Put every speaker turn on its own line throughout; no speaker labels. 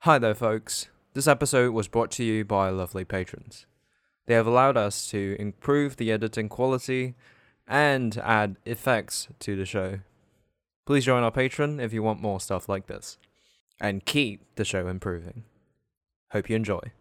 Hi there, folks. This episode was brought to you by our lovely patrons. They have allowed us to improve the editing quality and add effects to the show. Please join our Patreon if you want more stuff like this and keep the show improving. Hope you enjoy.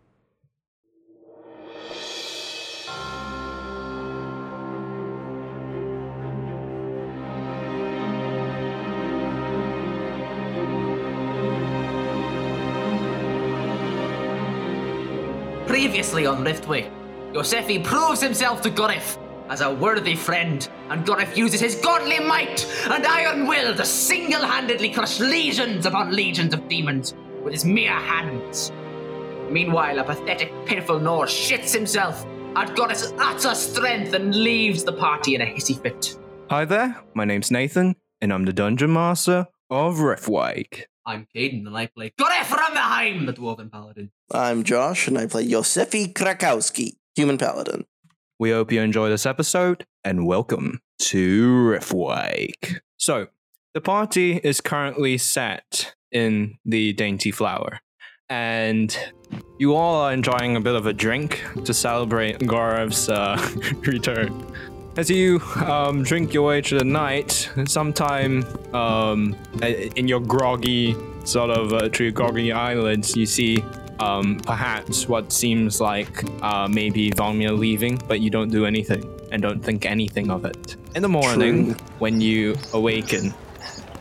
Previously on Riftway, Yosefi proves himself to Gorif as a worthy friend, and Gorif uses his godly might and iron will to single handedly crush legions upon legions of demons with his mere hands. Meanwhile, a pathetic, pitiful Nor shits himself at Gorif's utter strength and leaves the party in a hissy fit.
Hi there, my name's Nathan, and I'm the Dungeon Master of Riftwake.
I'm Caden, and I play Gorif Rammerheim, the Dwarven Paladin.
I'm Josh, and I play Yosefi Krakowski, human paladin.
We hope you enjoy this episode and welcome to Riftwake. So, the party is currently sat in the Dainty Flower, and you all are enjoying a bit of a drink to celebrate Gorov's uh, return. As you um, drink your way through the night, sometime um, a- in your groggy sort of uh, through your groggy eyelids, you see um, perhaps what seems like uh, maybe Vanya leaving, but you don't do anything and don't think anything of it. In the morning,
True.
when you awaken,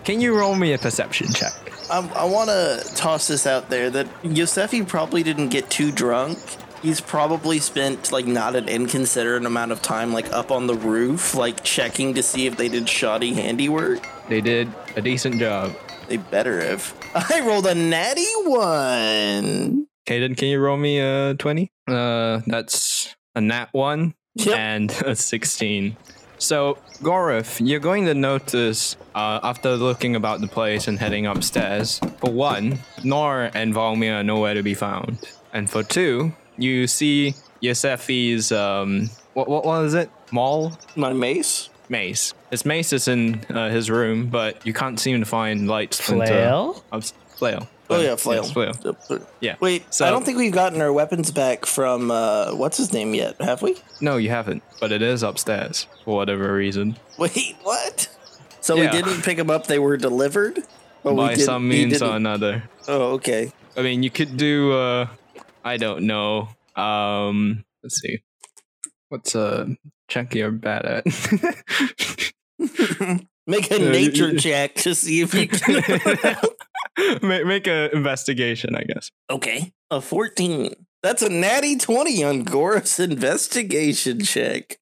can you roll me a perception check?
I, I want to toss this out there that Yosefi probably didn't get too drunk. He's probably spent like not an inconsiderate amount of time like up on the roof, like checking to see if they did shoddy handiwork.
They did a decent job.
They better have. I rolled a natty one.
Caden, can you roll me a 20? Uh, that's a nat 1
Yep.
and a 16. So, Gorif, you're going to notice uh, after looking about the place and heading upstairs, for one, Nor and Valmir are nowhere to be found. And for two, you see Yosefi's, um, what, what was it? Mall?
My mace.
Mace. His mace is in uh, his room, but you can't seem to find lights. into-
Flail?
Ups- flail.
Oh yeah,
Yes,
flail.
flail. Yeah.
Wait,
So-
I don't think we've gotten our weapons back from uh, what's his name yet, have we?
No, you haven't, but it is upstairs for whatever reason.
Wait, what? So
Yeah.
we didn't pick them up; they were delivered. But we
By
didn't-
some
we
means
didn't-
or another.
Oh, okay.
I mean, you could do, uh, I don't know. Um, let's see. What's uh, check you're bad at?
Make a
Yeah, you-
nature
you-
check to see if you can.
make, make a investigation, I guess.
okay, a fourteen. That's a natty twenty on Goris investigation check.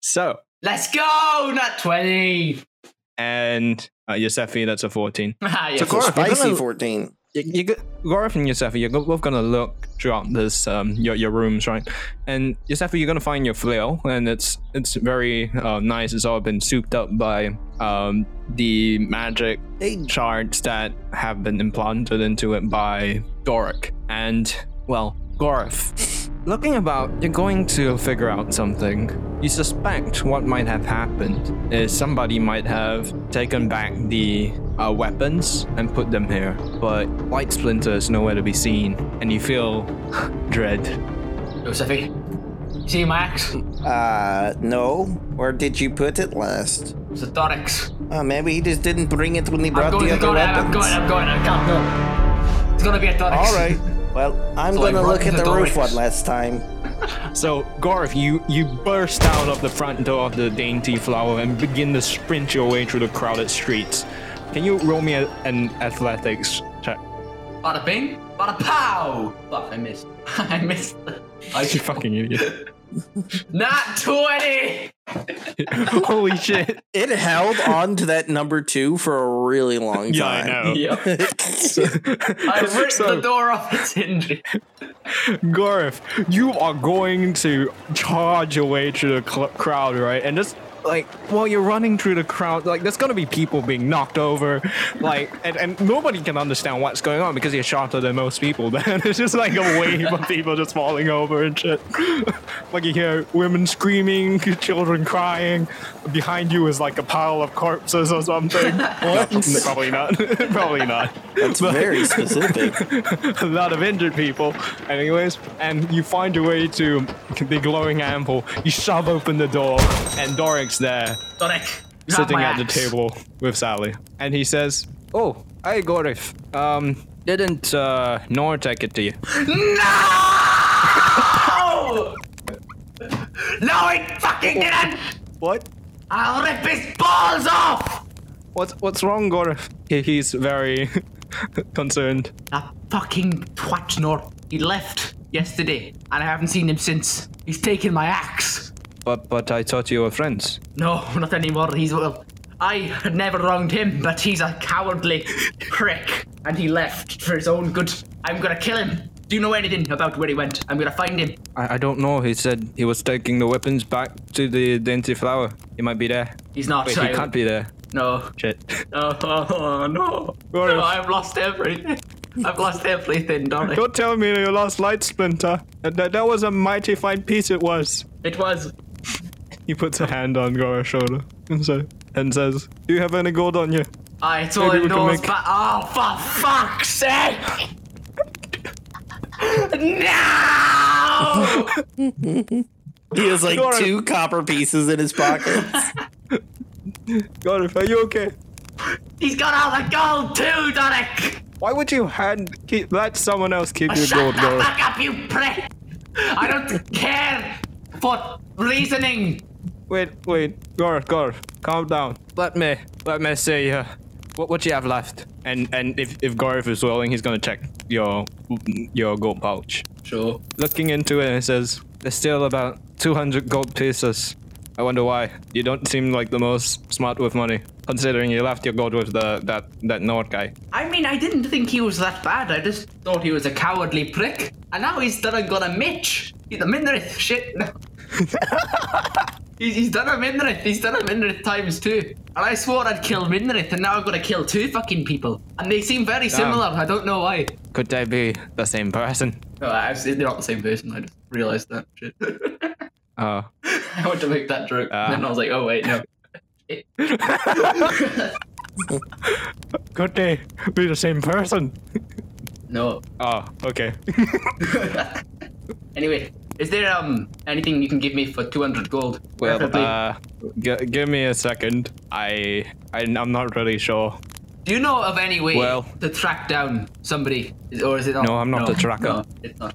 So,
Let's go, Nat 20!
and uh, Yosefi, that's a 14.
Ah, yes.
So Gorif, you're
spicy
gonna-
fourteen.
you, you go, Gorov and Yosefi, you're both gonna look throughout this um your, your rooms, right? And Yosefi, you're gonna find your flail, and it's it's very uh, nice. It's all been souped up by um the magic
Hey,
shards that have been implanted into it by Doric and well Gorov. Looking about, you're going to figure out something. You suspect what might have happened is somebody might have taken back the uh, weapons and put them here, but Light Splinter is nowhere to be seen, and you feel dread.
Yosefi, you see my axe?
uh, no. Where did you put it last?
It's a thorax.
Uh, maybe he just didn't bring it when he
I'm
brought
going,
the
I'm
other
going, I'm
weapons.
going, I'm going, I can't go. It's gonna be a tonic.
All right. Well, I'm
So I
gonna
brought
look
in
at
the
the roof
doors.
one last time.
So, Garth, you, you burst out of the front door of the Dainty Flower and begin to sprint your way through the crowded streets. Can you roll me a, an athletics check?
Bada bing, bada pow! Fuck, I missed. I missed. I
You fucking idiot.
Not 20!
Holy shit.
It held on to that number two for a really long
Yeah, I
time.
know.
Yep. I ripped
So-
the door off its hinges.
Garth, you are going to charge your way through the cl- crowd, right? And this like while you're running through the crowd, like there's gonna be people being knocked over, like and, and nobody can understand what's going on because you're shorter than most people. Then it's just like a wave of people just falling over and shit. like you hear women screaming, children crying. Behind you is like a pile of corpses or something. what? Probably not. Probably not.
That's very specific.
a lot of injured people. Anyways, and you find your way to the glowing ample. You shove open the door, and Doric's there,
Dorek, grab
sitting
my
at the
axe.
table with Sally. And he says, "Oh, hey Gorif, um, didn't uh, Nor take it to you?"
No! no, he fucking didn't!
What?
I'll rip his balls off!
What's what's wrong, Gorif? He, he's very concerned.
That fucking twat Nor. He left yesterday, and I haven't seen him since. He's taken my axe.
But but I thought you were friends.
No, not anymore. He's well. I had never wronged him, but he's a cowardly prick, and he left for his own good. I'm gonna kill him. Do you know anything about where he went? I'm gonna find him.
I, I don't know. He said he was taking the weapons back to the Denti Flower. He might be there.
He's not.
Wait,
so
he
I-
can't be there.
No,
Shit.
Oh, oh, oh, no.
What
no,
if-
I've lost everything. I've lost everything, Donny.
Don't tell me you lost Light Splinter. That, that, that was a mighty fine piece it was.
It was.
He puts a hand on Gora's shoulder and, so, and says, Do you have any gold on you?
I, it's all
Maybe we can
indoors,
make-
but. Oh, for fuck's sake! no!
He has like
Dora-
two copper pieces in his pockets.
Gorif, are you okay?
He's got all the gold too, Donnick!
Why would you hand keep, let someone else keep your
Shut
gold,
the
Gorif?
fuck up, you prick! I don't care for reasoning!
Wait, wait, Gorif, Gorif, calm down. Let me, let me see. Uh, what, what you have left? And and if if Gorif is willing, he's gonna check your your gold pouch.
Sure.
looking into it and it says there's still about 200 gold pieces i wonder why you don't seem like the most smart with money considering you left your gold with the that that nord guy
I mean, I didn't think he was that bad. I just thought he was a cowardly prick. And now he's done and got a Mitch. He's a Minrith. Shit. No. he's, he's done a Minrith. He's done a Minrith times two. And I swore I'd kill Minrith, and now I'm gonna kill two fucking people. And they seem very similar. I don't know why.
could they be the same person
No, I, they're not the same person. I just realized that. Shit.
uh
I want to make that joke.
Ah.
and then I was like, oh, wait, no.
could they be the same person
No.
oh okay
Anyway, is there um anything you can give me for 200 gold?
well
Preferably-
uh g- give me a second I, I i'm not really sure
Do you know of any way
Well-
to track down somebody, Is- or is it not?
No, I'm not the tracker.
No, it's not.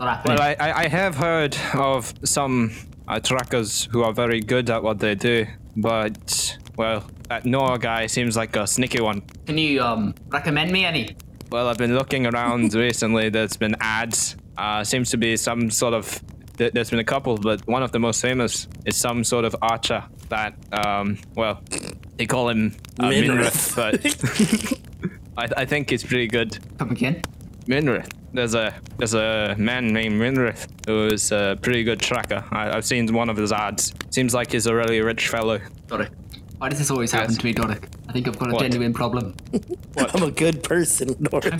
Not happening.
Well, I, I, I have heard of some uh, trackers who are very good at what they do, but, well, that Noah guy seems like a sneaky one.
Can you um recommend me any?
Well, I've been looking around recently, there's been ads. Uh, seems to be some sort of. th- There's been a couple, but one of the most famous is some sort of archer that, um, well, they call him uh, Minrith,
Minrith.
but I, I think he's pretty good.
Come again?
Minrith. There's a there's a man named Minrith who is a pretty good tracker. I, I've seen one of his ads. Seems like he's a really rich fellow.
Doric. Why does this always happen
Yes.
to me, Doric? I think I've got a
What?
genuine problem.
I'm a good person, Nora.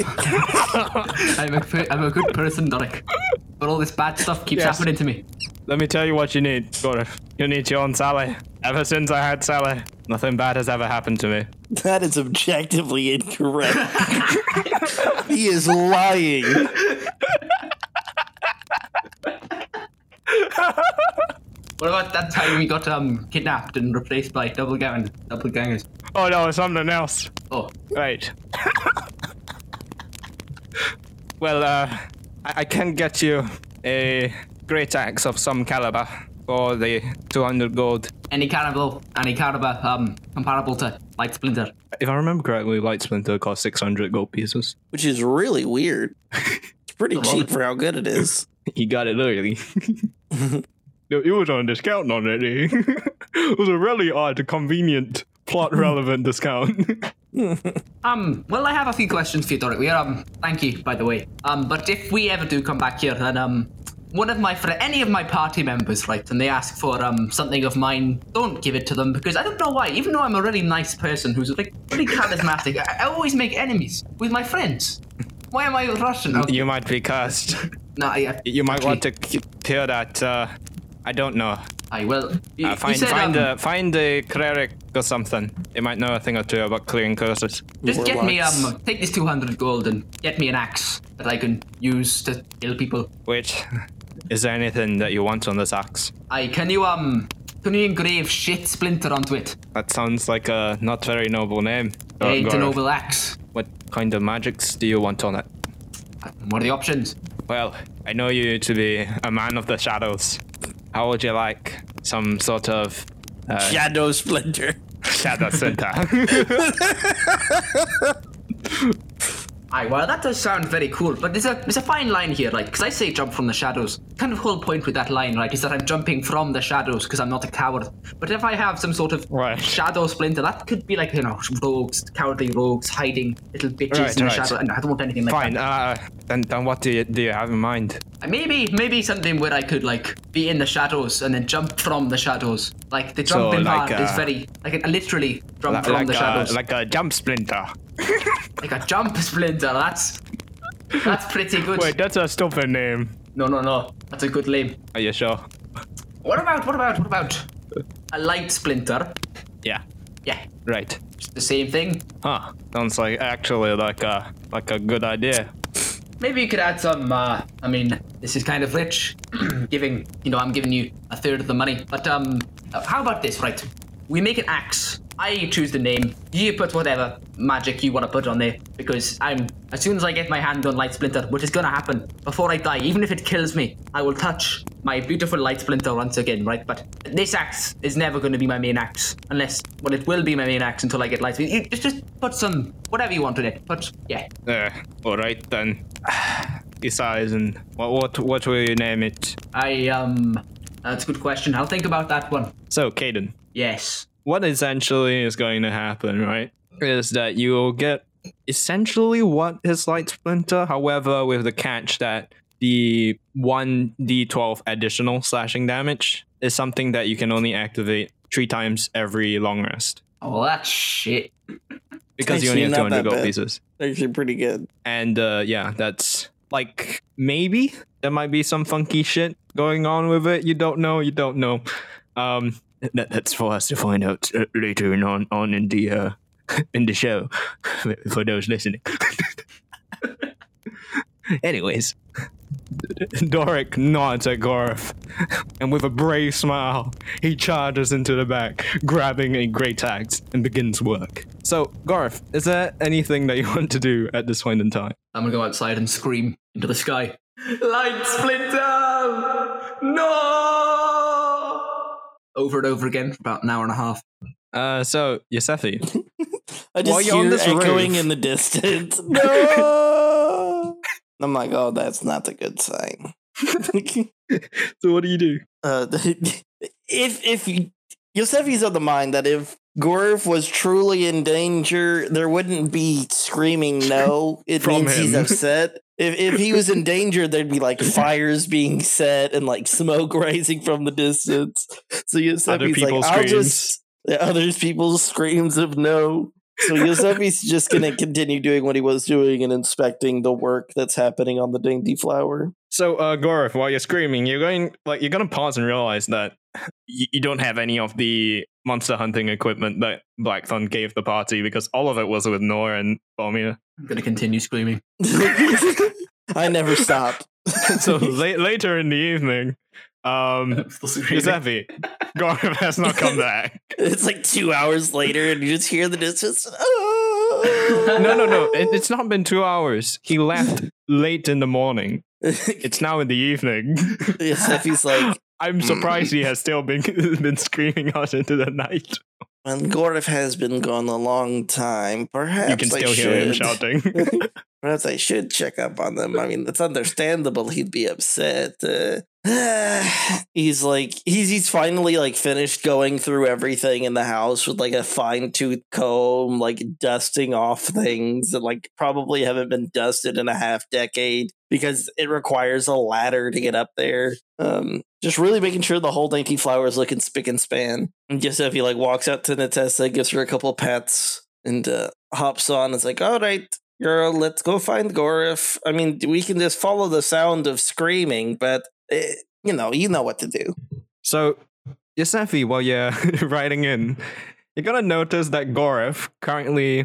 I'm a, fe- I'm a good person, Doric. But all this bad stuff keeps
Yes.
happening to me.
Let me tell you what you need, Gorif. You need your own Sally. Ever since I had Sally, nothing bad has ever happened to me.
That is objectively incorrect. he is lying.
What about that time we got um kidnapped and replaced by double gang double gangers?
Oh no, it's something else.
Oh,
Right. well, uh, I-, I can get you a great axe of some caliber for the 200 gold.
any cannibal, any cannibal, um comparable to Light Splinter.
If I remember correctly, Light Splinter cost 600 gold pieces.
Which is really weird. It's pretty cheap for how good it is.
He got it early. it was on discount on it. eh? it was a really odd, convenient, plot relevant discount.
Um, well, I have a few questions for you, Doric. We are, um, thank you, by the way. Um, but if we ever do come back here, then, um, one of my fri any of my party members, right, and they ask for um something of mine, don't give it to them because I don't know why. Even though I'm a really nice person who's like really charismatic, I, I always make enemies with my friends. Why am I Russian? Oh,
You might be cursed.
no, I, I,
You might want to c- hear that. Uh, I don't know.
I will.
Uh, find
um,
find a find a cleric or something. They might know a thing or two about clearing curses.
Just get me
warlocks.
um, take this 200 gold and get me an axe that I can use to kill people.
Wait, is there anything that you want on this axe?
I can you um, can you engrave shit splinter onto it?
That sounds like a not very noble name.
It ain't a
Gorg.
noble axe.
What kind of magics do you want on it?
What are the options?
Well, I know you to be a man of the shadows. How would you like some sort of uh,
Shadow Splinter.
shadow center?
Aye, well, that does sound very cool, but there's a there's a fine line here, right? Because I say jump from the shadows. Kind of whole point with that line, right, is that I'm jumping from the shadows because I'm not a coward. But if I have some sort of
Right.
shadow splinter, that could be like you know rogues, cowardly rogues hiding little bitches
Right,
in
right.
the shadow. No, I don't want anything like
Fine.
that.
Uh, then, then what do you do you have in mind?
Maybe maybe something where I could like be in the shadows and then jump from the shadows. Like the jumping
like,
part is
uh,
very like a, literally jump from
like,
the shadows.
a, like a jump splinter.
like a jump splinter. That's that's pretty good.
Wait, that's a stupid name.
No, no, no. That's a good name.
Are you sure?
What about, what about, what about a light splinter?
Yeah.
Yeah,
Right.
it's the same thing.
Huh. Sounds like actually like a like a good idea.
Maybe you could add some, uh, I mean, this is kind of rich. giving, you know, I'm giving you a third of the money. But, um, uh, how about this, right? We make an axe. I choose the name. You put whatever magic you want to put on there. Because I'm, as soon as I get my hand on Light Splinter, which is gonna happen, before I die, even if it kills me, I will touch my beautiful Light Splinter once again, right? But this axe is never gonna be my main axe. Unless, well, it will be my main axe until I get Light Splinter. You just, just put some, whatever you want on it. But, yeah.
Uh, all right then. Besides, and what what what will you name it?
I um that's a good question. I'll think about that one.
So, Caden.
Yes.
what essentially is going to happen, right, is that you will get essentially what is Light Splinter, however, with the catch that the 1d12 additional slashing damage is something that you can only activate three times every long rest
Oh that shit.
because you only
Actually
have
not
200
that
gold
bad.
pieces.
Actually, pretty good.
And uh, yeah, that's like maybe there might be some funky shit going on with it. You don't know. You don't know. Um, that, that's for us to find out uh, later in on on in the uh, in the show for those listening. Anyways, Doric nods at Garth, and with a brave smile, he charges into the back, grabbing a great axe, and begins work. So, Garth, is there anything that you want to do at this point in time?
I'm gonna go outside and scream into the sky. Light splinter! No! Over and over again for about an hour and a half.
Uh, so Yosefi,
I
While
just
you're on
hear
this
echoing
roof.
in the distance. No. I'm like, oh, that's not a good sign.
so what do you do?
uh, if if Yosefi's of the mind that if Gorf was truly in danger, there wouldn't be screaming no. It
From
means he's
him.
upset. If if he was in danger, there'd be like fires being set and like smoke rising from the distance. So Yosefi's
people's
like, I'll just yeah, other people's screams of no. So Yosefi's just gonna continue doing what he was doing and inspecting the work that's happening on the dainty flower.
So, uh, Garth, while you're screaming, you're going like you're gonna pause and realize that you, you don't have any of the monster hunting equipment that Blackthorn gave the party because all of it was with Nora and Bomia.
I'm gonna continue screaming.
I never stopped.
So la- later in the evening, um,
I'm still screaming.
Yosefi, Garth has not come back.
It's like two hours later, and you just hear the distance. Oh.
No, no, no. It, it's not been two hours. He left late in the morning. It's now in the evening.
Yosefi's like,
I'm surprised he has still been been screaming out into the night.
and Gorf has been gone a long time. Perhaps
you can
I
still
should.
hear him shouting.
Perhaps I should check up on them. I mean, it's understandable he'd be upset. Uh, he's like he's he's finally like finished going through everything in the house with like a fine tooth comb, like dusting off things that like probably haven't been dusted in a half decade because it requires a ladder to get up there. Um, just really making sure the whole dainty flower is looking spick and span. And Giuseppe like walks out to Natessa, gives her a couple pats, and uh, hops on. It's like, all right, girl, let's go find Gorif. I mean, we can just follow the sound of screaming, but eh, you know, you know what to do.
So, Yosefi, while you're riding in, you're gonna notice that Gorif currently.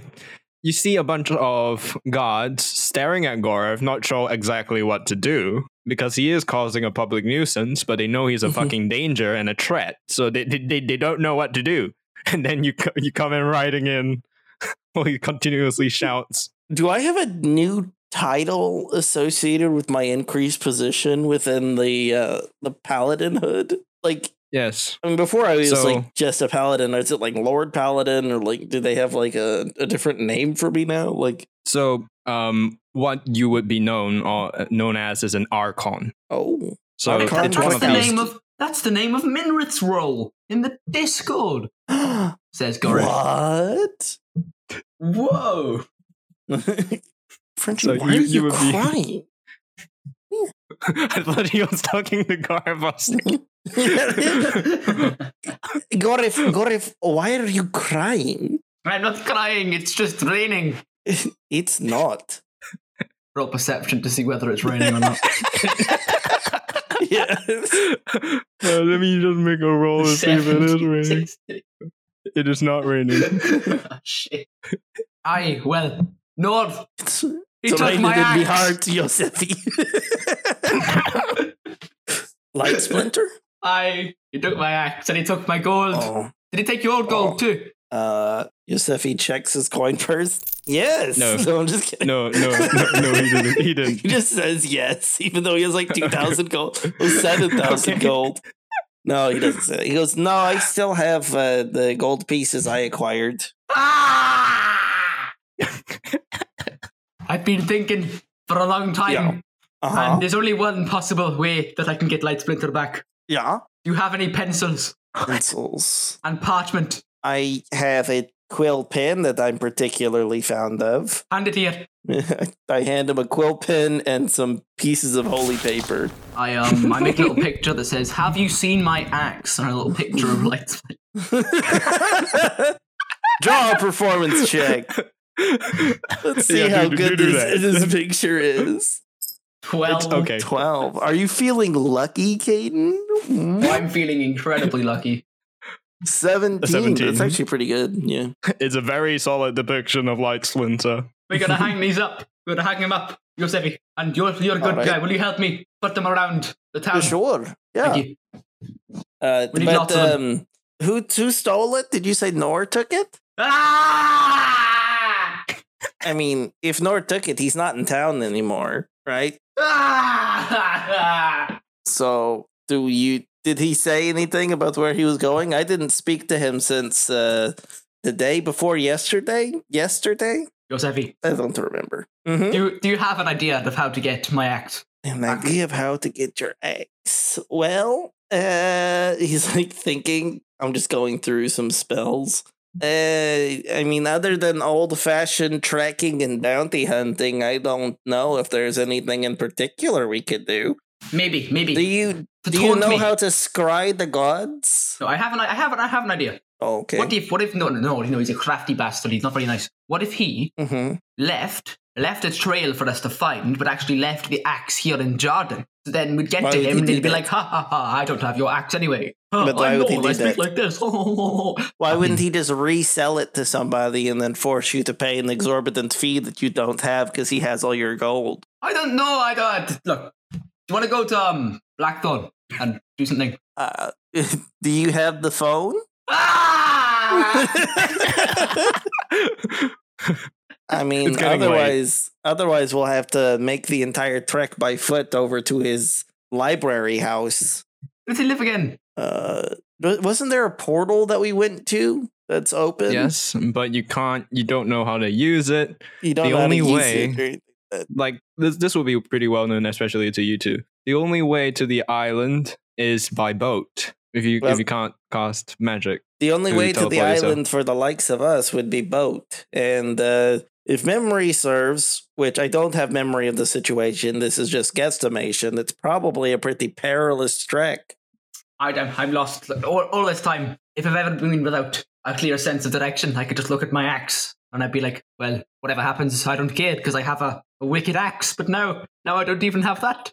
You see a bunch of guards staring at Gorif, not sure exactly what to do because he is causing a public nuisance, but they know he's a
Mhm.
fucking danger and a threat, so they they, they, they don't know what to do. And then you co- you come in riding in while he continuously shouts.
Do I have a new title associated with my increased position within the uh the paladin hood? Like
Yes.
I mean, before I was
So-
like just a paladin. Is it like Lord Paladin, or like do they have like a, a different name for me now? Like
So, um, what you would be known or known as is an archon.
oh,
So
Archon?
it's one
That's
of
the
these.
name of that's the name of Minrith's role in the Discord. Says Gorif.
what?
Whoa!
Frenchie,
So
why
you- you
are you,
would be-
crying?
I thought he was talking to Garvos.
Gorif, Gorif, why are you crying?
I'm not crying. It's just raining.
It's not.
Roll perception to see whether it's raining or not.
yes.
Uh, let me just make a
Oh,
roll to see if it is raining. It is not raining.
Ah, Shit. Aye, well, Nord,
It's,
he
it's
took
raining
my
in me
axe.
heart, Yosefi. Light splinter?
Aye, he took my axe and he took my gold.
Oh.
Did he take your gold
Oh.
too?
Uh, Yosefi checks his coin purse. Yes.
No.
I'm just kidding.
No, no, no, no, he didn't. He
He
didn't.
just says yes, even though he has like 2,000 gold, or 7,000
Okay.
gold. No, he doesn't say. He goes, No, I still have uh, the gold pieces I acquired.
Ah! I've been thinking for a long time,
Yeah. Uh
and
huh.
there's only one possible way that I can get Light Splinter back.
Yeah.
Do you have any pencils
Pencils.
and parchment?
I have a quill pen that I'm particularly fond of.
Hand it here.
I hand him a quill pen and some pieces of holy paper.
I um, I make a little picture that says, "Have you seen my axe?" and a little picture of Light Splinter.
Draw a performance check. Let's see
Yeah, do-
how
do-
good
do
this,
that.
this picture is.
Twelve.
Okay.
12. Are you feeling lucky, Caden?
I'm feeling incredibly lucky.
17.
17.
That's actually pretty good. Yeah.
It's a very solid depiction of Light Splinter.
We're gonna hang these up. We're gonna hang them up, Yosefi. And you're you're a good
Alright.
guy. Will you help me put them around the town?
sure.
Thank
Yeah.
you.
Uh,
We need
but
lots of
um, who, who stole it? Did you say Nor took it?
Ah!
I mean, if Nor took it, he's not in town anymore, right?
Ah!
So, do you did he say anything about where he was going? I didn't speak to him since uh, the day before yesterday. Yesterday,
Yosefi,
I don't remember. Mhm.
do you, do you have an idea of how to get my axe?
An idea of how to get your ex. Well, uh, he's like thinking. I'm just going through some spells. Uh, I mean, other than old fashioned trekking and bounty hunting, I don't know if there's anything in particular we could do.
Maybe, maybe.
Do you
To
do you
taunt
know
me.
how to scry the gods? Oh,
No, I have an I have an, I have an idea.
Okay.
What if what if no no no no he's a crafty bastard. He's not very nice. What if he
Mm-hmm.
left left a trail for us to find, but actually left the axe here in Jordan. So then we'd get
Why
to
would
him
he
and
do
he'd be
that?
like, ha ha ha, I don't have your axe anyway. Huh,
But why
I
would he
know,
do
I speak
that?
like this. Oh, Ho, ho, ho, ho.
Why wouldn't he just resell it to somebody and then force you to pay an exorbitant fee that you don't have because he has all your gold?
I don't know. I don't. Look, do you want to go to um, Blackthorn and do something?
Uh, do you have the phone?
Ah!
Ah. I mean,
It's getting late.
otherwise, otherwise we'll have to make the entire trek by foot over to his library house.
Does he live again?
Uh, wa- wasn't there a portal that we went to that's open?
Yes, but you can't. You don't know how to use it.
you don't
The
know how to
only
use
way-
it, right?
Like this, this will be pretty well known, especially to you two. the only way to the island is by boat. If you
Well-
if you can't cast magic,
The only
Who
way to the
teleported yourself?
island for the likes of us would be boat. And uh, if memory serves, which I don't have memory of the situation, this is just guesstimation, it's probably a pretty perilous trek.
I don't, I'm lost all, all this time. If I've ever been without a clear sense of direction, I could just look at my axe and I'd be like, well, whatever happens, I don't care because I have a, a wicked axe. But now, now I don't even have that.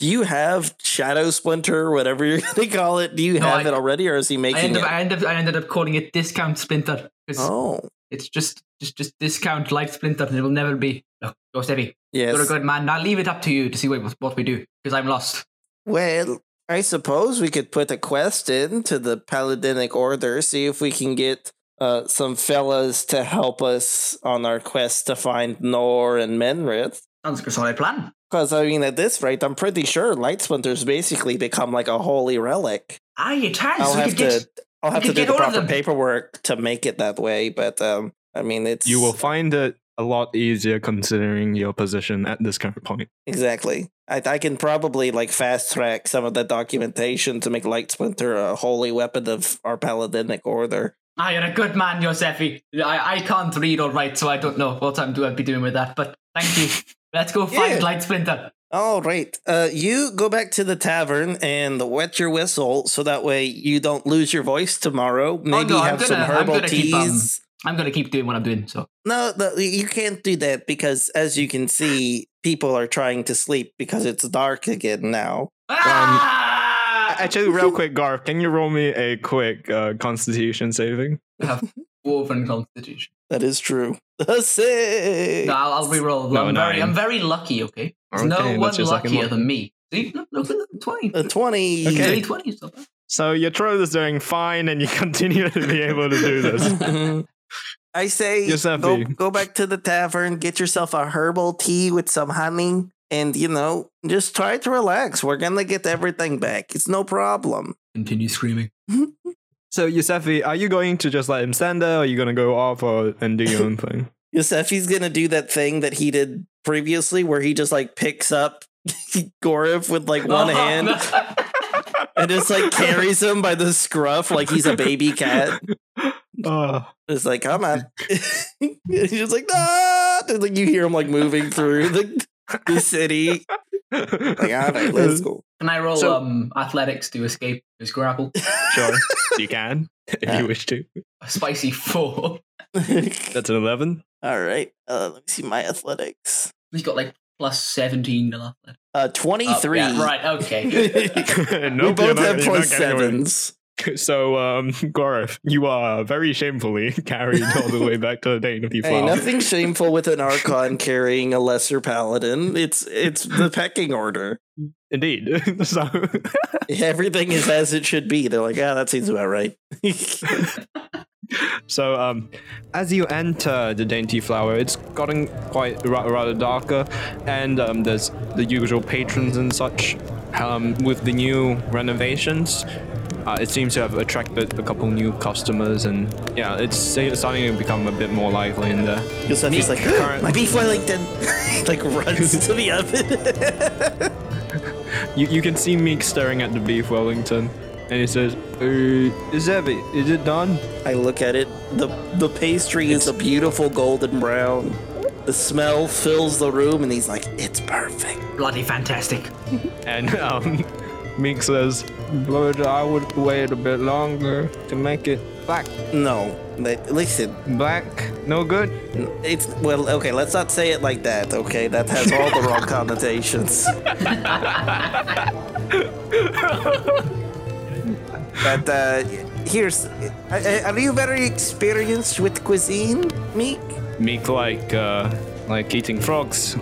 Do you have Shadow Splinter, whatever you're going to call it? Do you
No,
have
I-
it already, or is he
I
making
ended,
it?
up, I, ended up, I ended up calling it discount splinter because
oh,
it's just, just just discount light splinter and it will never be. Look, Yosebi, you're a
yes.
good man. Now leave it up to you to see what, what we do because I'm lost.
Well, I suppose we could put a quest in to the Paladinic Order, see if we can get uh, some fellas to help us on our quest to find Nor and Menrith.
Sounds like a solid plan.
Because, I mean, at this rate, I'm pretty sure Light Splinter's basically become like a holy relic.
Aye, it has.
I'll
We
have
could get,
to. I'll have
could
to do
get
the
all of
proper
them.
paperwork to make it that way, but um, I mean, it's
you will find it a lot easier considering your position at this current point.
exactly. I, I can probably like fast track some of the documentation to make Light Splinter a holy weapon of our paladinic order.
Ah, you're a good man, Yosefi. I, I can't read or write, so I don't know what I'm doing, be doing with that. But thank you. Let's go find
Yeah.
Light Splinter.
All right. Uh, you go back to the tavern and wet your whistle so that way you don't lose your voice tomorrow. Maybe
Oh, no, I'm
have some
gonna- I'm
herbal
gonna keep, um,
teas.
I'm gonna keep doing what I'm doing.
Um,
So
No, no, you can't do that because, as you can see, people are trying to sleep because it's dark again now.
ah!
Actually, real quick, Garth, can you roll me a quick uh, Constitution saving?
I have dwarven constitution.
That is true. Six.
No, I'll, I'll reroll.
No,
I'm, very,
nine.
I'm very lucky. Okay, there's
Okay,
no one
that's your second
luckier
one.
than me. See, look, look at the twenty.
A 20.
Okay.
Dirty twenty. is not bad.
So your throat is doing fine, and you continue to be able to do this.
I say
Yes,
go,
Abby.
go back to the tavern, get yourself a herbal tea with some honey, and you know, just try to relax. We're gonna get everything back. It's no problem.
Continue screaming.
So Yosefi, are you going to just let him stand there, or are you going to go off or, and do your own thing?
Yosefi's gonna do that thing that he did previously where he just like picks up Gorif with like
Oh,
one hand and just like carries him by the scruff like he's a baby cat.
Uh,
It's like, come on. And he's just like, ah! And, like you hear him like moving through the, the city. Like, "Ah, all right, let's go.
Can I roll
So-
um athletics to escape this grapple?
Sure, you can if you wish to.
A spicy four.
That's an eleven.
All right. Uh, let me see my athletics.
He's got like plus seventeen. in athletics.
Uh,
Oh,
23.
yeah, right. Okay.
We
nope,
both
you're not- you're not
have plus
getting away.
sevens.
So, um, Gareth, you are very shamefully carried all the way back to the Dainty
Hey,
Flower.
nothing shameful with an archon carrying a lesser paladin. It's it's the pecking order.
Indeed. so,
Everything is as it should be. They're like, ah, that seems about right.
so um, as you enter the Dainty Flower, it's gotten quite ra- rather darker, and um, there's the usual patrons and such. Um, with the new renovations, uh, it seems to have attracted a couple new customers, and yeah, it's starting to become a bit more lively in there.
Yosefi's like,
current-
my beef Wellington, like runs to the oven.
You, you can see Meek staring at the beef Wellington, and he says, uh, Zevi, is it done?
I look at it. the The pastry is a beautiful golden brown. The smell fills the room, and he's like, it's perfect.
Bloody fantastic.
And um, Meek says, But I would wait a bit longer to make it black.
No, that, listen,
Black, no good?
It's well, okay. Let's not say it like that. Okay, that has all the wrong connotations. but uh, here's, are are you very experienced with cuisine, Meek?
Meek like, uh, like eating frogs.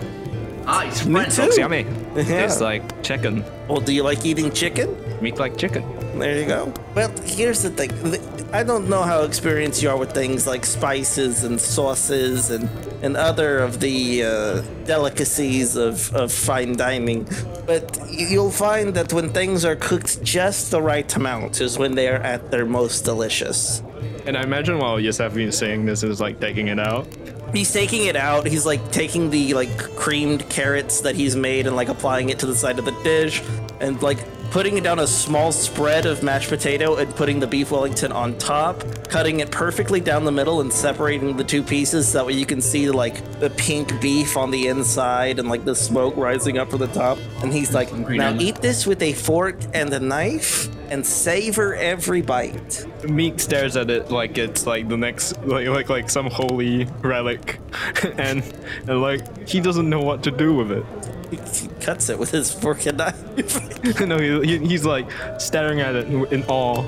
Ah, it's
too.
red sauce.
It's yummy.
Yeah.
It's like chicken.
Well, do you like eating chicken?
Meek like chicken.
There you go. Well, here's the thing. Th- I don't know how experienced you are with things like spices and sauces and, and other of the uh, delicacies of, of fine dining, but y- you'll find that when things are cooked just the right amount is when they are at their most delicious.
And I imagine while Yosefi is saying this, is like taking it out.
He's taking it out. He's like taking the like creamed carrots that he's made and like applying it to the side of the dish and like putting down a small spread of mashed potato and putting the beef wellington on top, cutting it perfectly down the middle and separating the two pieces so that way you can see like the pink beef on the inside and like the smoke rising up from the top. And he's like,
green
"Now
onion.
eat this with a fork and a knife and savor every bite."
Meek stares at it like it's like the next like like like some holy relic, and, and like he doesn't know what to do with it.
He cuts it with his fork and knife.
no, he, he- he's like staring at it in awe.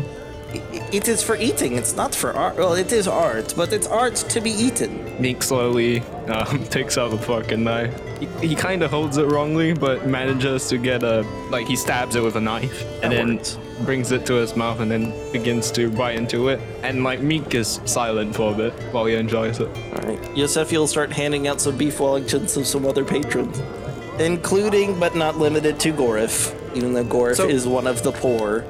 It is for eating. It's not for art. Well, it is art, but it's art to be eaten.
Meek slowly um, takes out the fucking knife. He, he kind of holds it wrongly, but manages to get a like he stabs it with a knife and
That
then
works.
brings it to his mouth and then begins to bite into it. And like Meek is silent for a bit while he enjoys it.
All right. Yosef, you'll start handing out some beef wellingtons to some other patrons, including but not limited to Gorif, even though Gorif
So-
is one of the poor.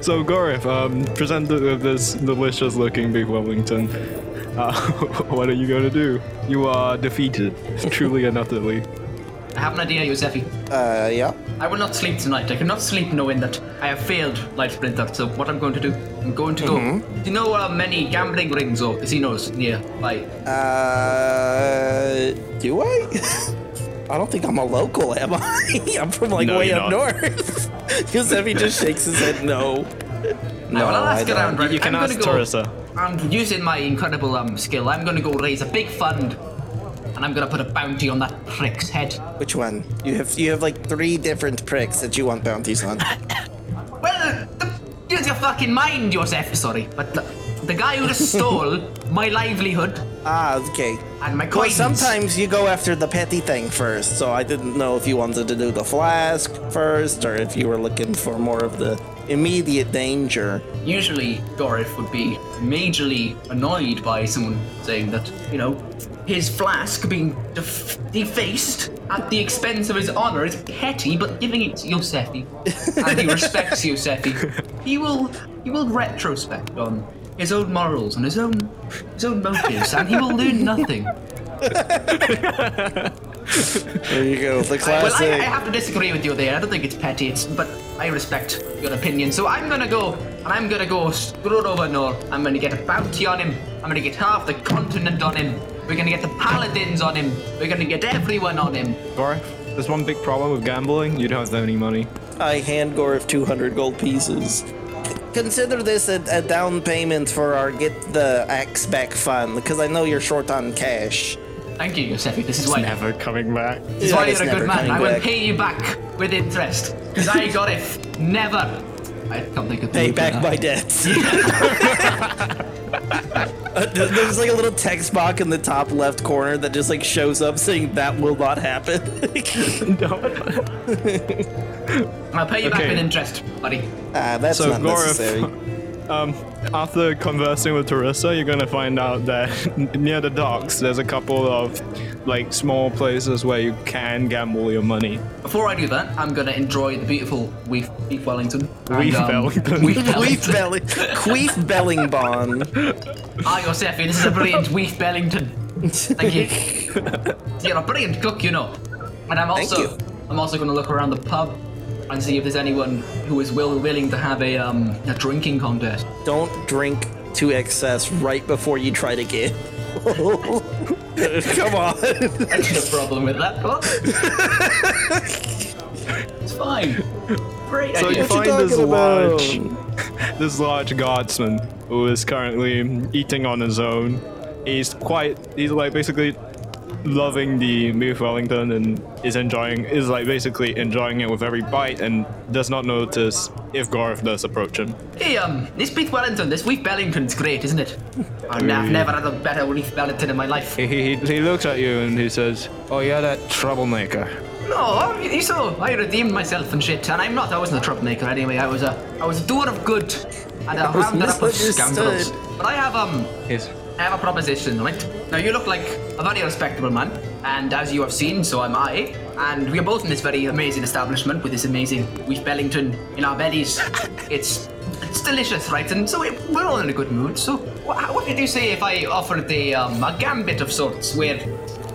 So Gorif, um, presented with this delicious-looking Big Wellington, uh, what are you gonna do? You are defeated, truly and utterly.
I have an idea, Yosefi.
Uh, yeah.
I will not sleep tonight. I cannot sleep knowing that I have failed Light Splinter. So what I'm going to do, I'm going to
Mm-hmm.
go. Do you know uh, many gambling rings or casinos nearby?
Uh, do I? I don't think I'm a local, am I? I'm from like
No,
way
you're
up
not.
north. Yosef he just shakes his head no.
I
No,
will
I
ask
don't.
around, right?
You can
I'm
ask
gonna go,
Teresa.
I'm using my incredible um, skill. I'm going to go raise a big fund, and I'm going to put a bounty on that prick's head.
Which one? You have you have like three different pricks that you want bounties on.
Well, the, use your fucking mind, Joseph. Sorry, but the, the guy who just stole my livelihood
Ah, okay.
and my
Well,
coins.
sometimes you go after the petty thing first, so I didn't know if you wanted to do the flask first or if you were looking for more of the immediate danger.
Usually, Gorif would be majorly annoyed by someone saying that, you know, his flask being def- defaced at the expense of his honor is petty, but giving it to Yosefi, and he respects Yosefi, he will he will retrospect on his own morals and his own his own motives, and he will learn nothing.
There you go, the
Well, I, I
classic.
have to disagree with you there. I don't think it's petty, it's, but I respect your opinion. So I'm gonna go, and I'm gonna go screw over Nor. I'm gonna get a bounty on him. I'm gonna get half the continent on him. We're gonna get the paladins on him. We're gonna get everyone on him.
Gorif, there's one big problem with gambling. You don't have any money.
I hand Gorif 200 gold pieces. Consider this a, a down payment for our get the axe back fund, because I know you're short on cash.
Thank you, Yosefi. This is why,
Never coming back.
this is why
Yeah, it's
you're a
never
good man.
coming
I will
back.
pay you back with interest. Because I got it. Never. I can't think of the
Pay
word for
back
that.
my debts. Uh, th- There's like a little text box in the top left corner that just like shows up saying that will not happen.
I'll pay you back
Okay.
with interest, buddy.
Ah, that's
So
not necessary.
Gorif, um, after conversing with Teresa, you're gonna find out that near the docks, there's a couple of like small places where you can gamble your money.
Before I do that, I'm gonna enjoy the beautiful Weef, Weef Wellington. and, um,
Weef Wellington.
Weef
Queef
Wellington.
Belling, Queef Bellingbon.
Ah, Yosefi, this is a brilliant Weef Wellington. Thank you. You're a brilliant cook, you know. And I'm
Thank
also,
you.
I'm also gonna look around the pub and see if there's anyone who is will, willing to have a um a drinking contest.
Don't drink to excess right before you try to get. Come on.
That's the problem with that book. it's fine. Great
So you
idea.
find
talking
this
about?
large, this large guardsman who is currently eating on his own. He's quite, he's like basically loving the beef Wellington and is enjoying, is like basically enjoying it with every bite and does not notice if Gorif does approach him.
Hey, um, this Pete Wellington, this Weef Wellington's great, isn't it? I've
Mm.
never had a better Weef Wellington in my life.
He, he, he looks at you and he says, "Oh, you're that troublemaker."
No, you saw, I redeemed myself and shit, and I'm not. I wasn't a troublemaker anyway. I was a, I was a doer of good, and a
was
rounder up of
misunderstood.
scoundrels. But I have um,
Yes.
I have a proposition, right? Now you look like a very respectable man, and as you have seen, so am I. And we are both in this very amazing establishment with this amazing Weef Bellington in our bellies. it's It's delicious, right? And so it, we're all in a good mood. So wha what did you say if I offered the um, a gambit of sorts, where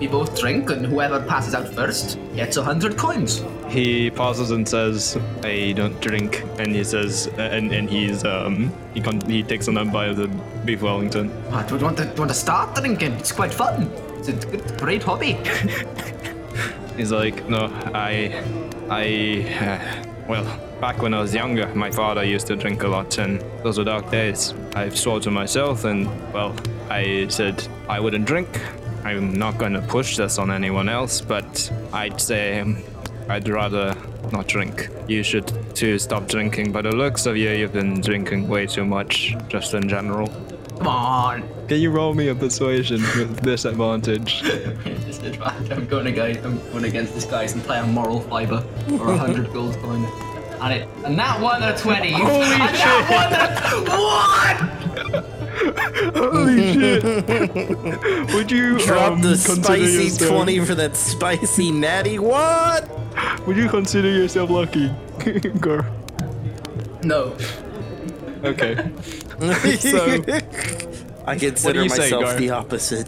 we both drink and whoever passes out first gets a hundred coins?
He pauses and says, "I don't drink," and he says, and and he's um he con- he takes a number of the beef Wellington.
What, do you want to, do you want to start drinking? It's quite fun. It's a good- great hobby.
He's like, no, I, I, uh, well, back when I was younger, my father used to drink a lot, and those were dark days. I swore to myself, and well, I said I wouldn't drink. I'm not going to push this on anyone else, but I'd say um, I'd rather not drink. You should too stop drinking. By the looks of you, you've been drinking way too much, just in general.
Come on.
Can you roll me a persuasion with disadvantage?
disadvantage. I'm going against I'm going against this guy's entire moral fiber or a hundred gold coin. And it and that one at a twenty. Holy and that one at
Holy shit! Would you
Drop
um,
the
consider
spicy
yourself-
20 for that spicy natty. What?
Would you consider yourself lucky, girl?
what? No.
Okay. So-
I consider
you say,
myself
Gar?
the opposite.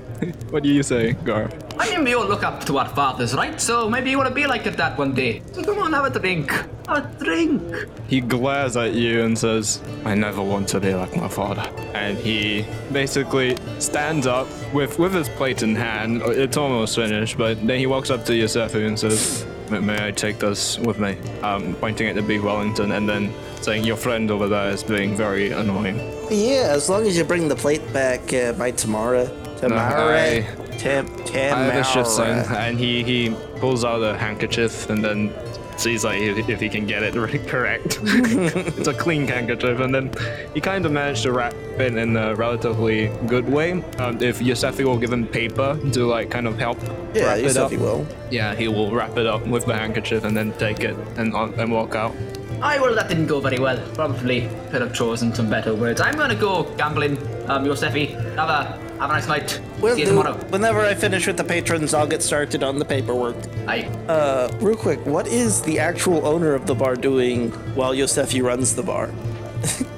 What do you say, Gar?
I mean, we all look up to our fathers, right? So maybe you want to be like your dad one day. So come on, have a drink. Have a drink.
He glares at you and says, "I never want to be like my father." And he basically stands up with with his plate in hand. It's almost finished, but then he walks up to Yosefu and says, "May- "May I take this with me?" Um, pointing at the big Wellington and then saying, "Your friend over there is being very annoying."
Yeah, as long as you bring the plate back uh, by tomorrow.
Uh,
Tomorrow.
I-
Tam-
I have a shit sign,
tomorrow.
uh, and he he pulls out a handkerchief and then sees like if, if he can get it right, correct. it's a clean handkerchief, and then he kind of managed to wrap it in a relatively good way. Um, if Yosefi will give him paper to like kind of help
Yeah,
wrap
you
it
said
up,
you will.
yeah, he will wrap it up with the handkerchief and then take it and on- and walk out.
I well, that didn't go very well. Probably could have chosen some better words. I'm gonna go gambling. Um, Yosefi, have a have a nice night.
Will
See you
do.
tomorrow.
Whenever I finish with the patrons, I'll get started on the paperwork.
Aye.
Uh, real quick, what is the actual owner of the bar doing while Yosefi runs the bar?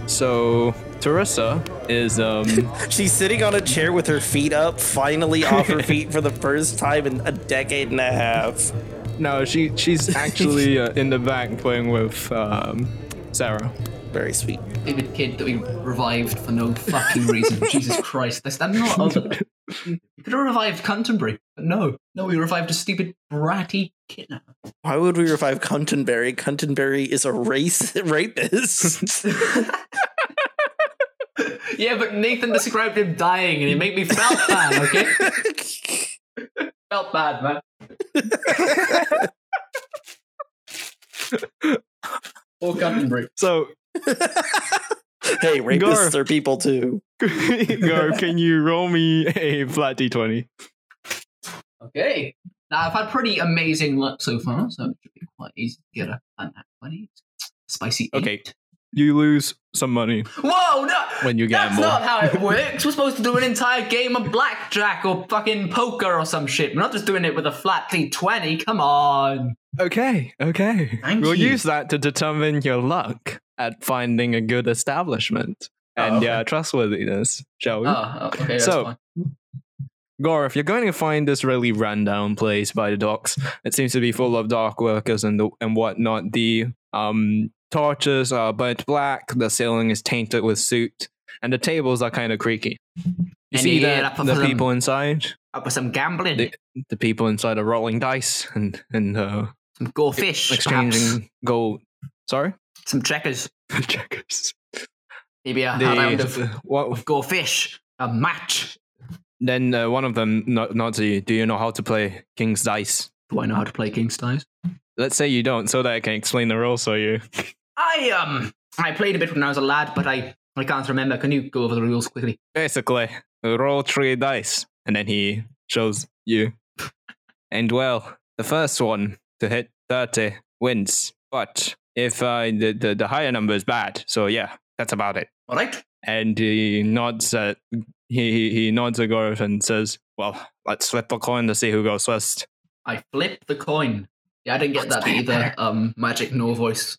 So Teresa is um
She's sitting on a chair with her feet up, finally off her feet for the first time in a decade and a half.
no she she's actually uh, in the back playing with um Sarah.
Very sweet.
stupid kid that we revived for no fucking reason. Jesus Christ, that's that's not over. We could have revived Canterbury, but no, no, we revived a stupid bratty kidnapper.
Why would we revive Cuntonberry? Cuntonberry is a race rapist.
Yeah, but Nathan described him dying, and it made me felt bad. Okay, felt bad, man. Poor Canterbury.
So
hey, rapists
Garf.
are people too.
Gar, can you roll me a flat d20?
Okay. Now I've had pretty amazing luck so far, so it should be quite easy to get a an that twenty. Spicy. eight.
Okay. You lose some money
Whoa! No.
when you
That's
gamble.
not how it works. We're supposed to do an entire game of blackjack or fucking poker or some shit. We're not just doing it with a flat D20. Come on.
Okay, okay.
Thank
we'll
you.
use that to determine your luck at finding a good establishment and
Oh, okay.
uh, trustworthiness, shall we?
Oh, okay. That's
So-
fine.
Gore, if you're going to find this really rundown place by the docks, it seems to be full of dock workers and the, and whatnot. The um, torches are burnt black, the ceiling is tainted with soot, and the tables are kind of creaky. You
And
see
yeah,
that
that
the
puffs 'em.
people inside,
Up with some gambling.
They- the people inside are rolling dice and and uh,
some go fish. Perhaps.
exchanging gold. Sorry,
Some checkers.
checkers.
Maybe a, a round of
They, what,
go fish. A match.
then uh, one of them no- nods at you. Do you know how to play king's dice?
Do I know how to play King's Dice?
Let's say you don't, so that I can explain the rules for you.
I, um, I played a bit when I was a lad, but I, I can't remember. Can you go over the rules quickly?
basically uh, roll three dice and then he shows you and well the first one to hit 30 wins but if uh, the, the the higher number is bad so yeah that's about it
All right.
and he nods at he he, he nods at Garth and says well let's flip a coin to see who goes first
I flip the coin. Yeah, I didn't get that either. Um, Magic No Voice.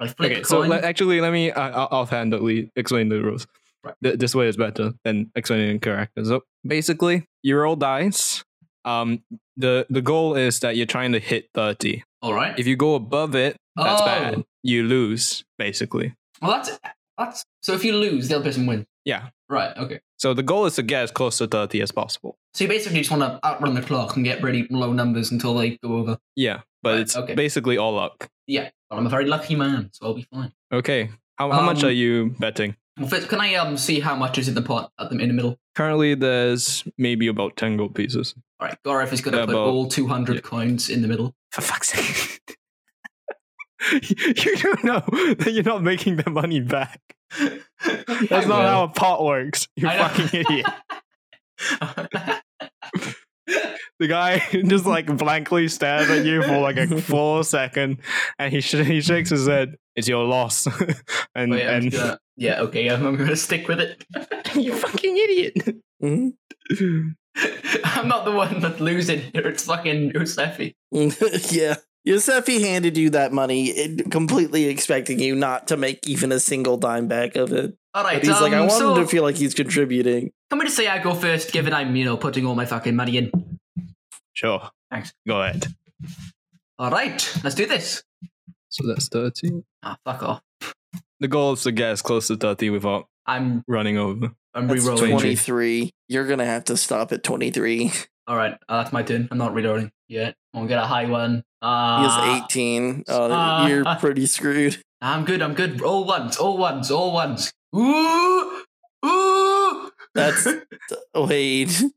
I flip
Okay,
a
so
coin.
le- actually, let me uh, offhandedly explain the rules.
Right.
Th- this way is better than explaining in character. So basically, you roll dice. Um, the the goal is that you're trying to hit thirty.
All right.
If you go above it, that's
Oh.
bad. You lose basically.
well, that's that's. So if you lose, the other person wins.
Yeah.
Right. Okay.
So the goal is to get as close to thirty as possible.
So you basically just want to outrun the clock and get really low numbers until they go over.
Yeah, but
Right,
it's
okay.
basically all luck.
Yeah. Well, I'm a very lucky man, so I'll be fine.
Okay, how, how much
Um,
are you betting?
Well, Fitz, can I um see how much is in the pot at the in the middle?
Currently, there's maybe about ten gold pieces.
All right. Gorif is going to
Yeah,
put
about-
all 200
yeah.
coins in the middle.
For fuck's sake. you don't know that you're not making the money back. That's not how a pot works, you
I know.
fucking idiot. The guy just like blankly stares at you for like a full second and he, sh- he shakes his head. It's your loss. and
Wait, I'm
and
just gonna- yeah, okay, I'm, I'm gonna stick with it.
you fucking idiot.
Mm-hmm.
I'm not the one that's losing here. It's fucking Yosefi.
yeah. Yosefi handed you that money, it- completely expecting you not to make even a single dime back of it.
All right,
But he's
um,
like, I want
so
him to feel like he's contributing.
can we just say I go first, given I'm you know putting all my fucking money in?
Sure.
Thanks.
Go ahead.
All right, let's do this.
So that's 30.
Ah, fuck off.
The goal is to get as close to 30 without
I'm
running over.
I'm
That's
rerolling.
23. You're going to have to stop at 23.
All right, uh, that's my turn. I'm not rerolling yet. I'm gonna get a high one.
He has
Ah,
18. Oh,
Ah.
you're pretty screwed.
I'm good. I'm good. All ones. All ones. All ones. Ooh, ooh.
That's- oh, Wait. It's a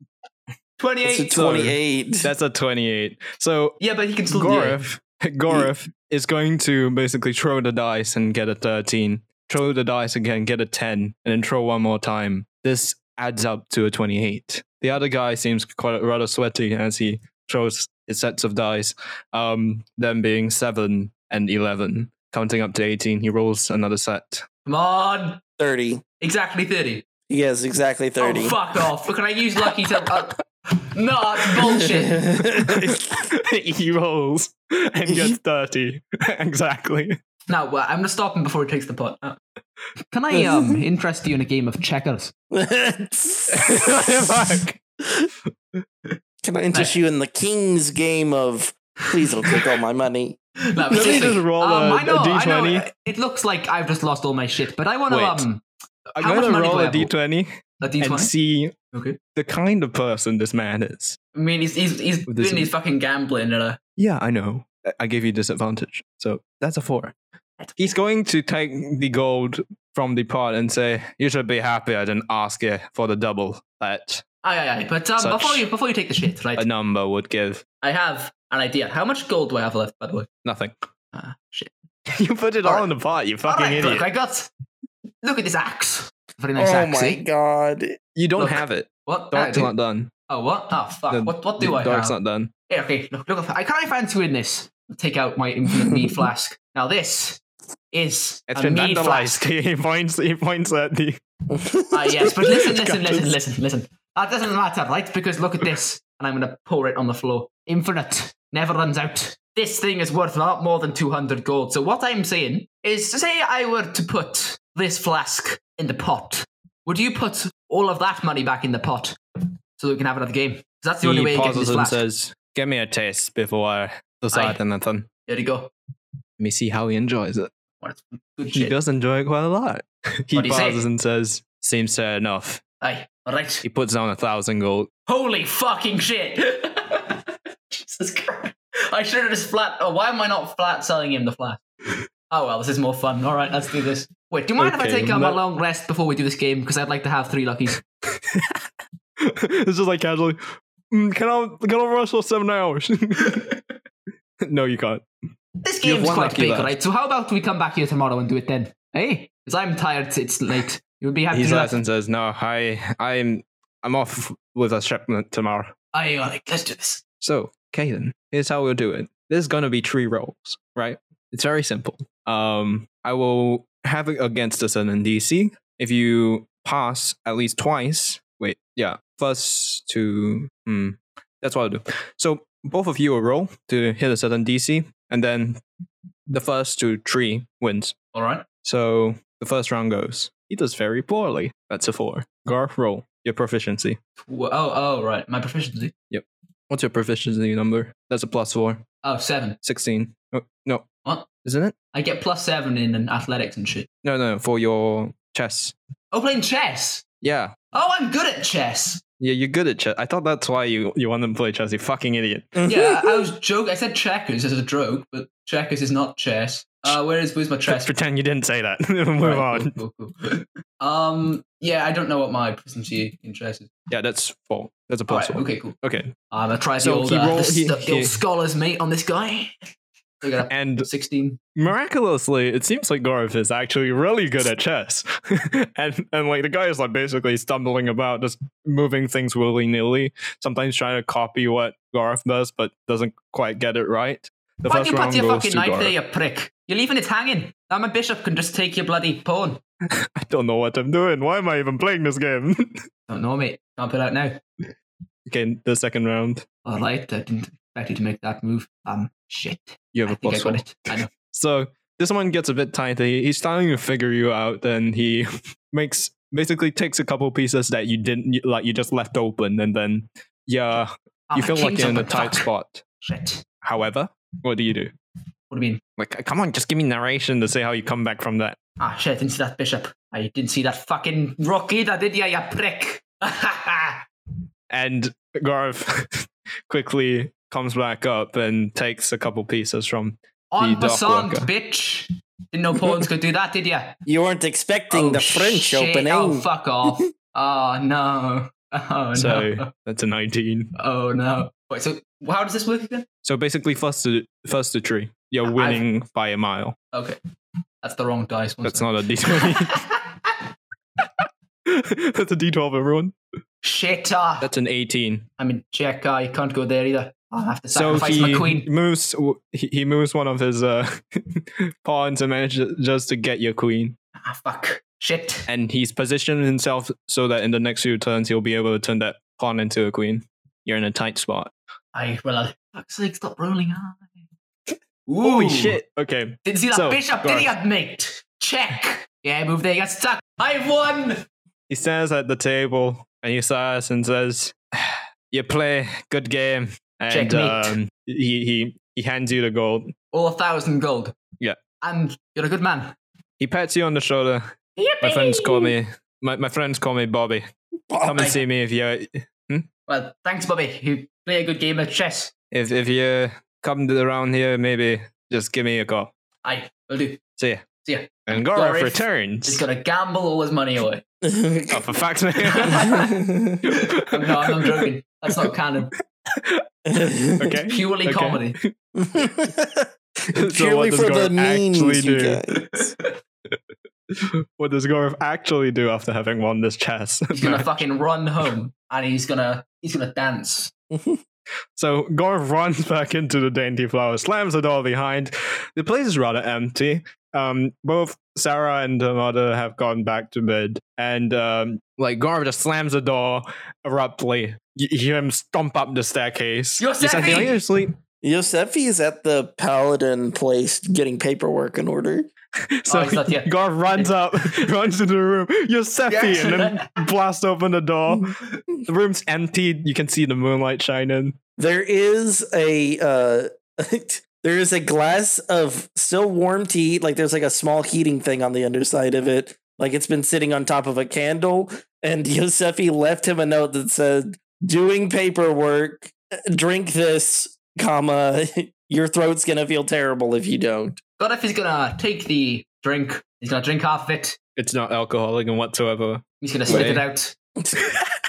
twenty-eight.
so-
28.
That's a 28. So
Yeah, but he can still do it.
Gorif, Gorif is going to basically throw the dice and get a 13. Throw the dice again, get a 10, and then throw one more time. This adds up to a 28. The other guy seems quite rather sweaty as he throws his sets of dice, um, them being 7 and 11. Counting up to 18, he rolls another set.
Come on.
30.
Exactly thirty.
He has exactly 30.
Oh, fuck off. Can I use lucky to. Uh, no, that's bullshit.
he rolls and gets 30. exactly.
No, well, I'm going to stop him before he takes the pot. Uh, Can I um interest you in a game of checkers?
Fuck.
Can I interest you in the king's game of please don't take all my money?
No, Um,
Let me just roll a-
I know,
a
I know.
D20.
It looks like I've just lost all my shit, but I want
Wait.
to um
I'm
How much
going to
money do
roll
I
a
have?
d20
a
and
D20.
see
Okay.
the kind of person this man is.
I mean, he's he's, he's
This
doing
is-
his fucking gambling. And, uh,
Yeah, I know. I- I gave you disadvantage. So that's a four. He's going to take the gold from the pot and say, You should be happy I didn't ask you for the double that
aye, aye, aye. But um,
Such-
before you before you take the shit, right?
a number would give.
I have an idea. How much gold do I have left, by the way?
Nothing.
Ah, shit.
you put it all,
All
in the pot, you
All
fucking
right,
idiot.
Look, I got. Look at this axe. Very nice
oh
axe.
my
eh?
god.
you don't
look.
have it.
What?
Dark's
Ah,
not done.
Oh what? Oh fuck!
The-
what what do I
Dark's
have?
not done.
Here, okay, look, look, I can't find two in this. Take out my infinite mead flask. Now this is
It's
a
been
mead
vandalized.
flask.
he, points, he points at the.
Ah yes, but listen,
It's
listen,
got
listen,
this.
listen, listen. That doesn't matter, right? Because look at this, and I'm gonna pour it on the floor. Infinite never runs out. This thing is worth a lot more than two hundred gold. So what I'm saying is, say I were to put this flask in the pot, would you put all of that money back in the pot so that we can have another game? 'Cause That's the only way
he
you get this
pauses and
flask.
says, Give me a taste before I decide anything.
there you go.
Let me see how he enjoys it.
Well, it's good
He
shit.
does enjoy it quite a lot. he
What'd he say?
pauses and says, "Seems fair enough."
Aye, all right.
He puts down a thousand gold.
Holy fucking shit! Jesus Christ! I should have just flat. Oh, why am I not flat selling him the flat? Oh well, this is more fun. All right, let's do this. Wait, do you mind if I
Okay,
take um, a
let-
long rest before we do this game? Because I'd like to have three luckies.
it's just like casually. Mm, can I can I rush for seven hours? no, you can't.
This
You have
game's
one
quite
lucky
big,
left.
right? So how about we come back here tomorrow and do it then? Hey, because I'm tired. It's late. You would be happy
He
to do
laughs
that.
and says, "No, I I'm I'm off with a shipment tomorrow."
Aye, all right, let's do this.
So, Kaden, here's how we'll do it. There's gonna be three rolls, right? It's very simple. Um, I will have it against a certain DC. If you pass at least twice, wait, yeah, first to, hmm, that's what I'll do. So both of you will roll to hit a certain DC, and then the first to three wins.
All right.
So the first round goes. He does very poorly. That's a four. Garth, roll your proficiency.
Wha- Oh, oh, right. My proficiency.
What's your proficiency number? That's a plus four.
Oh, seven.
16. Oh, no.
What?
Isn't it?
I get plus seven in an athletics and shit.
No, no, for your chess.
Oh, playing chess.
Yeah.
Oh, I'm good at chess.
Yeah, you're good at chess. I thought that's why you, you wanted to play chess, you fucking idiot.
Yeah, I I was joke. I said checkers as a joke, but checkers is not chess. Uh, where is where's my chess?
Pretend you didn't say that. Move
Right,
on.
cool, cool, cool. Um, yeah, I don't know what my proficiency in chess is.
Yeah, that's four. That's a
All
plus
right,
four.
okay, cool.
Okay.
I'm gonna try
So
the old,
he
uh,
roll-
the,
he-
the, the
he-
old scholars mate on this guy. I got
And
a sixteen.
miraculously, it seems like Gorov is actually really good at chess. and and like the guy is like basically stumbling about, just moving things willy nilly. Sometimes trying to copy what Gorov does, but doesn't quite get it right. The
Why
first
do you put
round
your
goes
fucking
to
knife
Garth.
there, you prick? You're leaving it hanging. Now my bishop can just take your bloody pawn.
I don't know what I'm doing. Why am I even playing this game?
Don't know, mate. Can't put out now.
okay, the second round.
All right, I didn't expect you to make that move. Um, shit.
You have
I
a
think I
plus one.
got it. I know.
So this one gets a bit tighty. He's starting to figure you out, and he makes basically takes a couple pieces that you didn't like. You just left open, and then yeah,
Ah,
you
my
feel like
king's
you're
up
in a
and
tight
fuck.
spot.
Shit.
However, what do you do?
What do you mean?
Like, come on, just give me narration to say how you come back from that.
Ah, shit, I didn't see that bishop. I didn't see that fucking rook either, did ya, you prick?
And Garv quickly comes back up and takes a couple pieces from.
En
The dock
passant,
worker.
bitch. Didn't know pawns could do that, did ya?
You weren't expecting the French
Oh, shit.
opening.
Oh, fuck off. oh, no. Oh,
So
no.
that's a nineteen.
Oh, no. Wait, so how does this work again?
So basically, first to first to three, you're
I've-
winning by a mile.
Okay. That's the wrong dice. One
That's
second.
not a D twenty. That's a D twelve, everyone.
shit. ah.
That's an eighteen.
I mean, check. I can't go there either. I'll have to
So
sacrifice
he
my queen.
moves. He he moves one of his uh, pawns and manages just to get your queen.
Ah, fuck. Shit.
And he's positioned himself so that in the next few turns he'll be able to turn that pawn into a queen. You're in a tight spot.
I, well, I, fuck's sake, stop rolling. Ah.
Holy
Ooh.
shit! Okay,
Didn't see that
So,
bishop,
guard.
did he, mate? Check. Yeah, move there, you got stuck. I've won.
he stands at the table and he sighs and says, "You play good game." And
Checkmate.
um, he he he hands you the gold.
All a thousand gold.
Yeah.
And you're a good man.
He pats you on the shoulder. My friends call me. My, my friends call me Bobby.
Oh.
Come
Oh.
and see me if you
Well, thanks, Bobby. You play a good game of chess.
if if you come to- around here. Maybe just give me a call.
I will do.
See ya.
See ya.
And Gorov
Gorov He's
returns.
gonna gamble all his money away.
Oh, for fuck's sake!
No, I'm not joking. That's not canon.
Okay.
Purely
Okay.
comedy.
what
Purely
does
for the
Gorf actually
memes, you
do?
guys.
What does Gorov actually do after having won this chess?
He's gonna fucking run home and he's gonna he's gonna dance.
So Gorv runs back into the dainty flower, slams the door behind. The place is rather empty. Um, both Sarah and her mother have gone back to bed, and um, like Gorv just slams the door abruptly. You you hear him stomp up the staircase.
Yosefi!
Yosefi, are you asleep?
Yosefi is at the paladin place getting paperwork in order.
So
Oh, he's not yet.
Gorv runs up, runs into the room. Yosefi,
Yes.
and then blasts open the door.
Oh,
The room's empty. You can see the moonlight shining.
There is a uh there is a glass of still warm tea, like there's like a small heating thing on the underside of it. Like it's been sitting on top of a candle, and Yosefi left him a note that said, doing paperwork, drink this, comma, your throat's gonna feel terrible if you don't.
God if he's gonna take the drink, he's gonna drink half of it,
It's not alcoholic and whatsoever.
he's gonna spit
Right.
it out.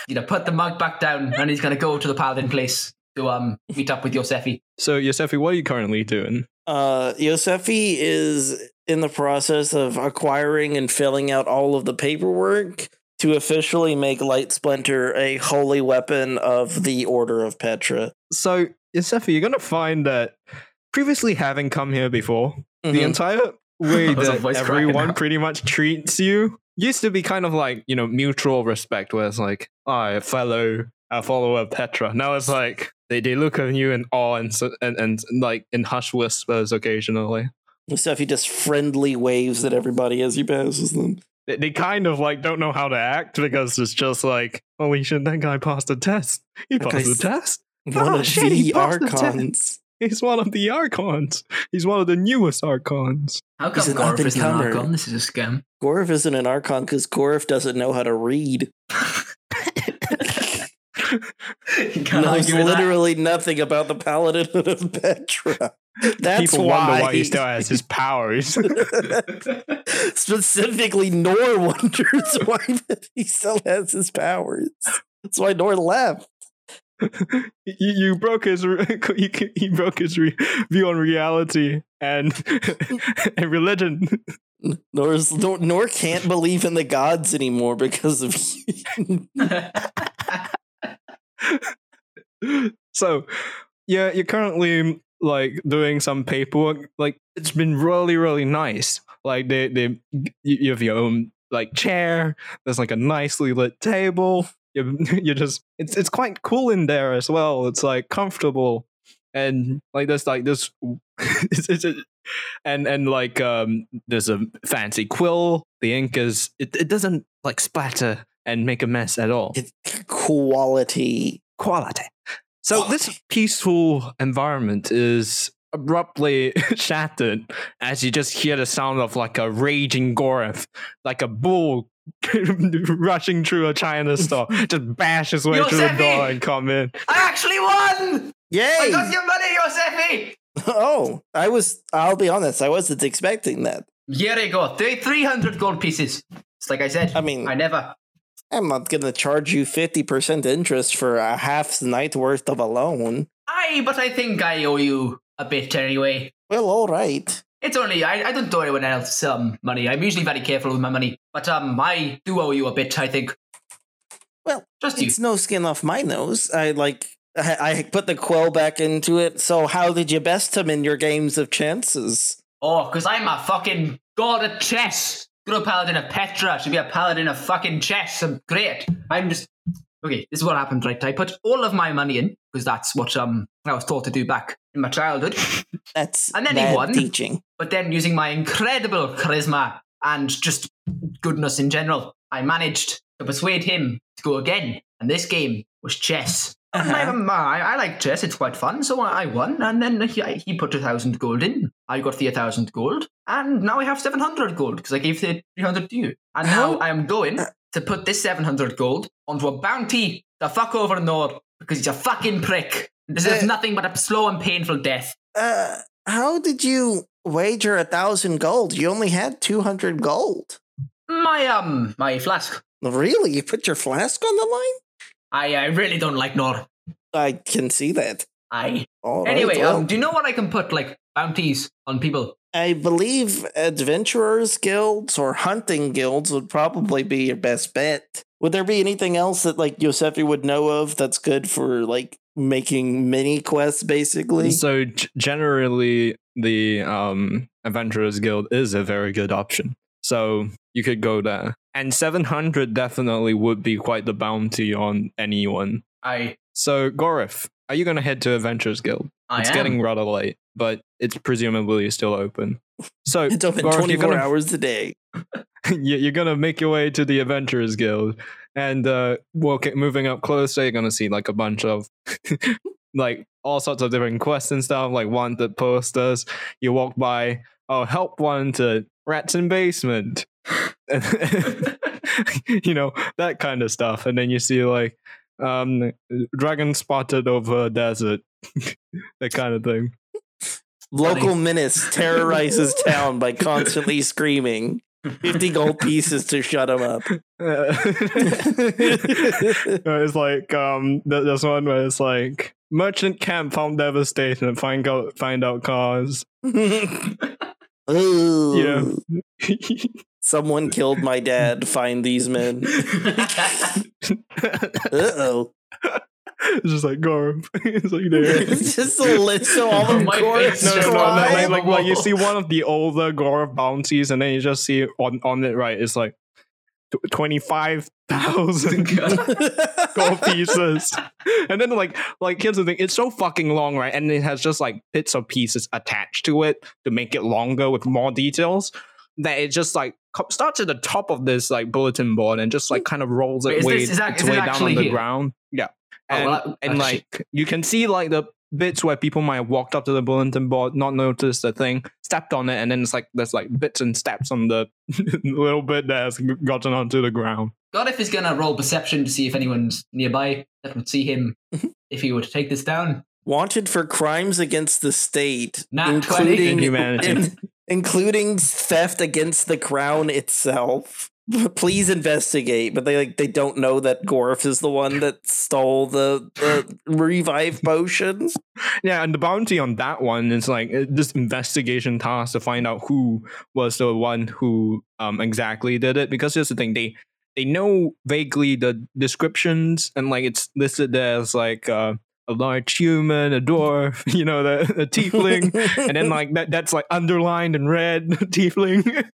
He's gonna put the mug back down and he's gonna go to the paladin place to um meet up with Yosefi.
So Yosefi, what are you currently doing?
Uh, Yosefi is in the process of acquiring and filling out all of the paperwork to officially make Light Splinter a holy weapon of the Order of Petra.
So, Yosefi, you're gonna find that previously having come here before, the
Mhm.
entire way
That was a
that
voice cracking
everyone
out.
pretty much treats you used to be kind of like, you know, mutual respect where it's like, I fellow a follower Petra. Now it's like they, they look at you in awe and, so- and and like in hushed whispers occasionally.
Yosefi just friendly waves at everybody as he passes them.
They, they kind of like don't know how to act because it's just like, holy shit, that guy passed a test. He
That
passed
guy's-
the test.
One
Oh,
of
shit, he
the
passed the
Archons.
He's one of the Archons. He's one of the newest Archons.
How
He's
come
an
Gorf is not
up-and-comer.
Archon? This is a scam.
Gorf isn't an Archon because Gorf doesn't know how to read.
you can't
Knows
argue with that.
literally nothing about the Paladin of Petra. That's
People
why,
wonder why he still has his powers.
Specifically, Nor wonders why that he still has his powers. That's why Nor left.
you, you broke his re- he, he broke his re- view on reality and and religion.
Nor's, Nor, Nor can't believe in the gods anymore because of you.
so yeah you're currently mm, like doing some paperwork like it's been really really nice like they they you- you have your own like chair there's like a nicely lit table you you just it's it's quite cool in there as well it's like comfortable and like there's like this it's, it's a, and and like um there's a fancy quill the ink is it, it doesn't like splatter and make a mess at all
Quality.
quality. So this peaceful environment is abruptly shattered as you just hear the sound of like a raging Gorath, like a bull rushing through a China store, just bash his way through the door
Yosefi!
and come in.
I actually won! I
Yay!
got your money, Yosefi!
Oh, I was. I'll be honest. I wasn't expecting that.
Here I go. Three- 300 gold pieces. It's like I said.
I mean-
I never.
I'm not gonna charge you fifty percent interest for a half night worth of a loan.
Aye, but I think I owe you a bit anyway.
Well, all right.
It's only I, I don't owe anyone else um money. I'm usually very careful with my money, but um I do owe you a bit. I think.
Well,
just you.
It's no skin off my nose. I like. I, I put the quill back into it. So, how did you best him in your games of chances?
Oh, because I'm a fucking god at chess. Good old paladin of Petra should be a paladin of fucking chess. I'm great. I'm just okay. This is what happened, right? I put all of my money in because that's what um I was taught to do back in my childhood.
That's
And then he
bad
won.
teaching.
But then, using my incredible charisma and just goodness in general, I managed to persuade him to go again. And this game was chess. And I-
Uh-huh.
I, I like chess; it's quite fun. So I I won, and then he, I- he put a thousand gold in. I got the thousand gold, and now I have seven hundred gold because I gave the three hundred to you. And now
How-
I am going
Uh.
to put this seven hundred gold onto a bounty to fuck over Nord because he's a fucking prick. This is
Uh,
nothing but a slow and painful death.
Uh, how did you wager a thousand gold? You only had two hundred gold.
My um, my flask.
Really? You put your flask on the line?
I, I really don't like Nor.
I can see that.
I
All right,
anyway.
well.
um, do you know what I can put like bounties on people?
I believe adventurers guilds or hunting guilds would probably be your best bet. Would there be anything else that like Yosefi would know of that's good for like making mini quests basically?
So g- generally, the um, Adventurers Guild is a very good option. So you could go there, and seven hundred definitely would be quite the bounty on anyone.
I
So Gorif, are you going to head to Adventurers Guild?
I
it's
am.
getting rather late, but it's presumably still open. So
it's open
Garth, you're
24
gonna-
hours a day.
you- you're gonna make your way to the Adventurers Guild, and uh, walking, moving up closer, you're gonna see like a bunch of like all sorts of different quests and stuff, like wanted posters. You walk by, oh, help wanted, rats in basement, you know that kind of stuff, and then you see like um dragon spotted over a desert, that kind of thing.
Local menace terrorizes town by constantly screaming. 50 gold pieces to shut him up.
Uh, it's like um, th- there's one where it's like merchant camp found devastation. Find out, find out cause.
Ooh.
yeah,
Someone killed my dad. Find these men. Uh-oh.
it's just like Gorb. it's like there.
It's just a list of all the
My
chorus
face
No, no, no, no,
Why?
like, like, like you see one of the older Gorb bounties, and then you just see on on it right. It's like twenty-five thousand gold pieces. And then like like here's the thing, it's so fucking long, right? And it has just like bits of pieces attached to it to make it longer with more details. That it just like co- starts at the top of this like bulletin board and just like kind of rolls
Wait,
it
is
way,
this- is that-
its
is it
way down
actually
on the
here?
ground. Yeah.
Oh,
And,
well, that-
and
that's shit.
like you can see like the bits where people might have walked up to the bulletin board, not noticed the thing, stepped on it, and then it's like there's like bits and steps on the little bit that has gotten onto the ground.
Godif is gonna roll perception to see if anyone's nearby that would see him if he were to take this down.
Wanted for crimes against the state,
Nat 20.
including
Inhumanity.
in- including theft against the crown itself. Please investigate. But they like they don't know that Gorf is the one that stole the, the revive potion.
Yeah, and the bounty on that one is like uh, this investigation task to find out who was the one who um exactly did it. Because here's the thing, they they know vaguely the descriptions and like it's listed there as like uh, a large human, a dwarf, you know, the a tiefling. And then like that that's like underlined in red tiefling.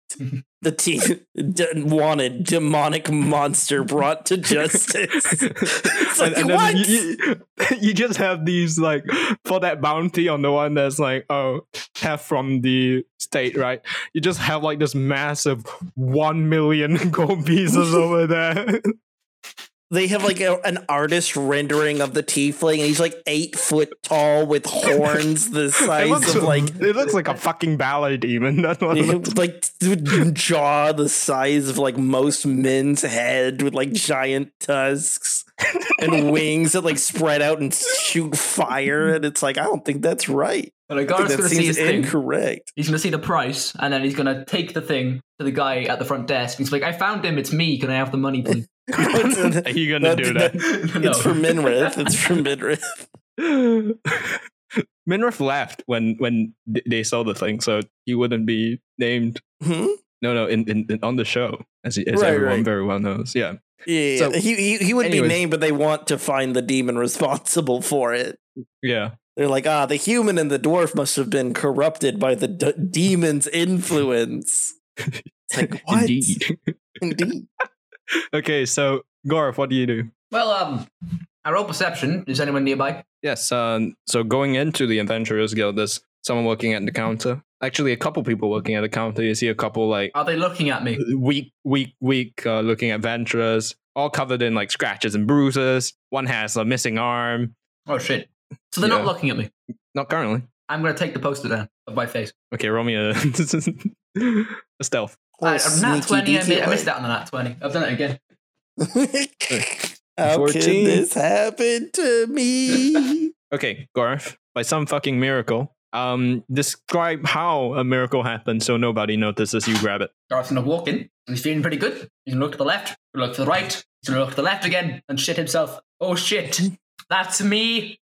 the t- d- wanted demonic monster brought to justice. it's like,
and, and
what?
then you, you- you just have these like for that bounty on the one that's like oh theft from the state right you just have like this massive 1 million gold pieces over there
they have like a, an artist rendering of the tiefling, and he's like eight foot tall with horns the
it,
size
looks,
of like
it looks like a fucking ballet demon that's what it looks-
like jaw the size of like most men's head with like giant tusks and wings that like spread out and shoot fire and it's like i don't think that's right
But like,
I
Godif's
think that
gonna see
seems
his thing.
incorrect
He's gonna see the price, and then he's gonna take the thing to the guy at the front desk. He's like, "I found him. It's me. Can I have the money, please?"
are you gonna do that
No.
it's from minrith it's from minrith
minrith left when when th- they saw the thing so he wouldn't be named
Hmm?
no no in, in, in on the show as, as
Right,
everyone
right.
very well knows yeah
yeah
So,
he, he, he would be
anyways.
named but they want to find the demon responsible for it
yeah
they're like ah the human and the dwarf must have been corrupted by the d- demon's influence it's like what
Indeed.
Indeed.
okay, so Gorf, what do you do?
well, um, I roll perception. Is anyone nearby?
Yes, um, so going into the Adventurers Guild, there's someone working at the counter. Actually, a couple people working at the counter. You see a couple like
Are they looking at me?
weak, weak, weak uh, looking adventurers, all covered in like scratches and bruises. One has a missing arm.
Oh shit! So they're not
Yeah.
looking at me.
Not currently.
I'm gonna take the poster down of my face.
Okay, roll me a, a stealth.
Or
I, I'm not
sneaky
twenty. I, mi- I
deaky
missed that on the nat twenty. I've done it again.
like- How
14.
could this happen to me?
Okay, Gorf, by some fucking miracle, um, describe how a miracle happened so nobody notices you grab it.
Garth's gonna walk in, and he's feeling pretty good. He's gonna look to the left, gonna look to the right, he's gonna look to the left again, and shit himself. Oh shit, that's me.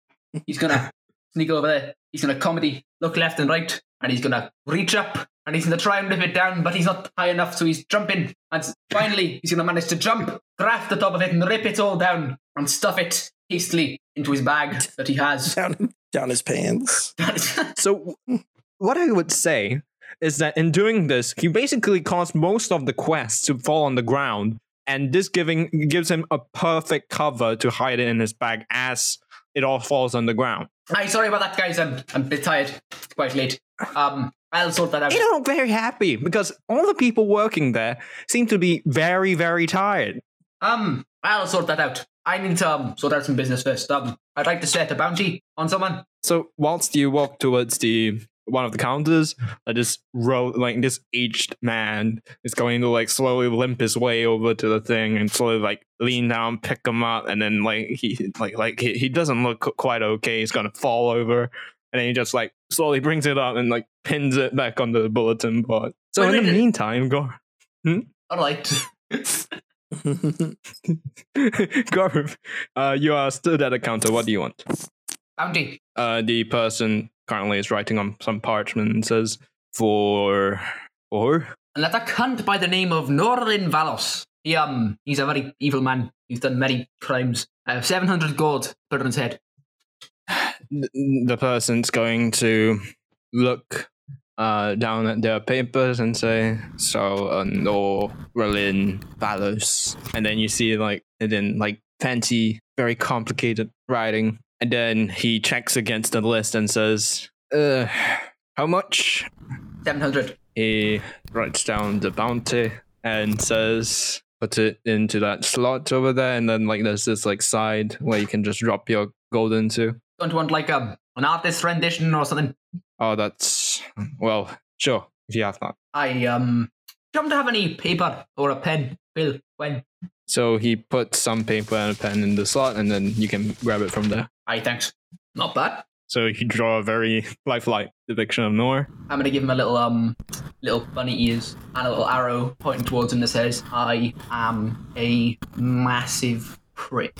He's gonna sneak over there. He's gonna comedy, look left and right, and he's gonna reach up, and he's gonna try and rip it down, but he's not high enough, so he's jumping. And s- finally, he's gonna manage to jump, grab the top of it, and rip it all down, and stuff it hastily into his bag that he has.
down, down his pants.
So, w- what I would say is that in doing this, he basically caused most of the quests to fall on the ground, and this giving gives him a perfect cover to hide it in his bag as it all falls on the ground.
Hi, sorry about that, guys. I'm, I'm a bit tired. It's quite late. Um, I'll sort that out.
They're all very happy because all the people working there seem to be very, very tired.
Um, I'll sort that out. I need to um, sort out some business first. Um, I'd like to set a bounty on someone.
So, whilst you walk towards the one of the counters, uh, this row, like this aged man is going to like slowly limp his way over to the thing and slowly like lean down, pick him up, and then like he like like he, he doesn't look qu- quite okay. He's gonna fall over, and then he just like slowly brings it up and like pins it back onto the bulletin board. So
Wait,
in the
wait, uh,
meantime, go.
All right.
Garv, uh, you are stood at a counter. What do you want?
bounty.
uh, the person currently is writing on some parchment and says for or
And let a cunt by the name of Norlin Valos. He, um, he's a very evil man. He's done many crimes. I have 700 gold put on his head.
the person's going to look uh, down at their papers and say, so, uh, no, Relin, Valos. And then you see, like, and then, like, fancy, very complicated writing. And then he checks against the list and says, uh, how much?
700.
He writes down the bounty and says, put it into that slot over there. And then, like, there's this, like, side where you can just drop your gold into.
Don't want like a, an artist rendition or something.
Oh, that's well, sure. If you have that,
I, um, don't have any paper or a pen, Bill, when?
so he puts some paper and a pen in the slot, and then you can grab it from there.
Aye, thanks. Not bad.
So you draw a very lifelike depiction of Nor.
I'm gonna give him a little um little bunny ears and a little arrow pointing towards him that says, I am a massive prick.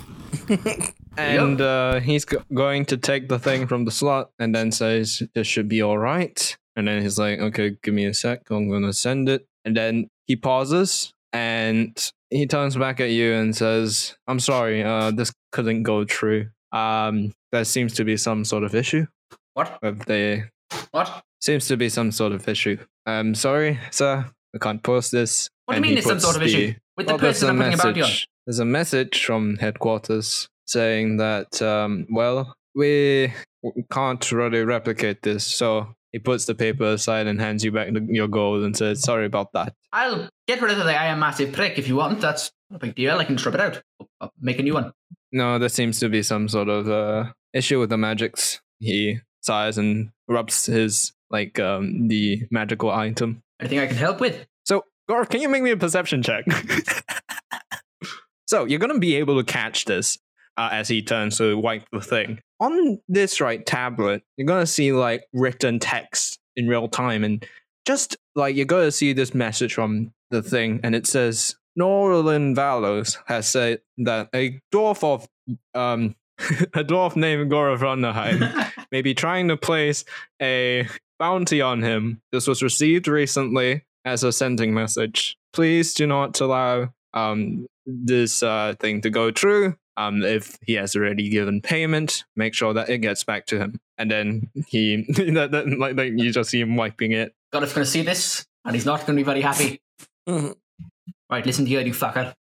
And uh, he's go- going to take the thing from the slot, and then says, "This should be all right." And then he's like, "Okay, give me a sec. I'm gonna send it." And then he pauses, and he turns back at you and says, "I'm sorry. Uh, this couldn't go through. Um, there seems to be some sort of issue
What?
with the
What?
Seems to be some sort of issue. I'm sorry, sir. I can't post this.
What do you
And
mean
he
there's some
puts
sort of
the-
issue? With the
Well, there's
person
a
I'm putting a bounty on.
message- There's a message from headquarters saying that, um, well, we w- can't really replicate this. So he puts the paper aside and hands you back the, your gold and says, sorry about that.
I'll get rid of the I am massive prick if you want. That's not a big deal. I can strip it out. I'll, I'll make a new one.
No, there seems to be some sort of uh, issue with the magics. He sighs and rubs his, like, um, the magical item.
Anything I can help with?
So, Garth, can you make me a perception check? so, you're going to be able to catch this uh, as he turns to wipe the thing. On this right tablet, you're going to see like written text in real time. And just like you're going to see this message from the thing, and it says Norlin Valos has said that a dwarf of. Um, a dwarf named Gora Vronderheim may be trying to place a bounty on him. This was received recently as a sending message. Please do not allow um, this uh, thing to go through. Um, if he has already given payment, make sure that it gets back to him. And then he, that, that, like, like you just see him wiping it.
God is gonna see this, and he's not gonna be very happy.
Mhm.
right, listen here, you fucker.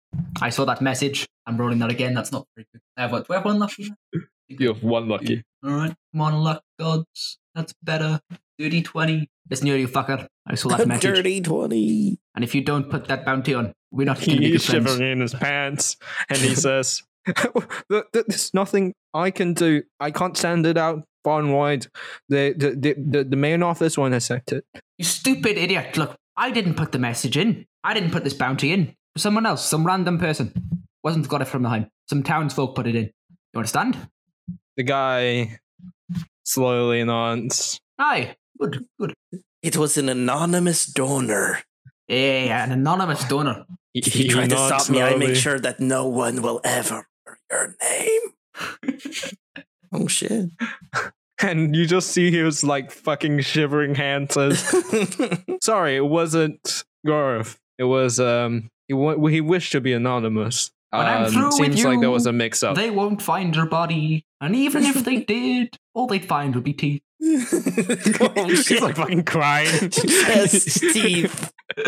I saw that message. I'm rolling that again. That's not very good. I have what? Do I have one lucky?
You have one lucky.
All right, come on, luck gods. That's better. Dirty twenty. Listen here, you fucker. I saw that message,
Dirty 20.
and if you don't put that bounty on, we're not gonna be good
He's
friends.
shivering in his pants, and he says, "There- there- "There's nothing I can do. I can't send it out far and wide. The the the, the, the main office won't accept it."
You stupid idiot! Look, I didn't put the message in. I didn't put this bounty in. It was someone else, some random person. Wasn't got it from behind. Some townsfolk put it in. You understand?
The guy slowly nods.
Aye. Good. Good.
It was an anonymous donor.
Yeah, yeah, an anonymous donor.
He,
If you try to
nods
stop me, I
slowly.
make sure that no one will ever hear your name. oh shit.
And you just see his like fucking shivering hand says, "Sorry, it wasn't Garth. It was um. He w- he wished to be anonymous.
When I'm
Um,
through with
seems like there
you,
was a mix-up.
They won't find your body, and even if they did, all they'd find would be teeth.
oh
He's
shit.
like fucking crying.
Yes, Steve.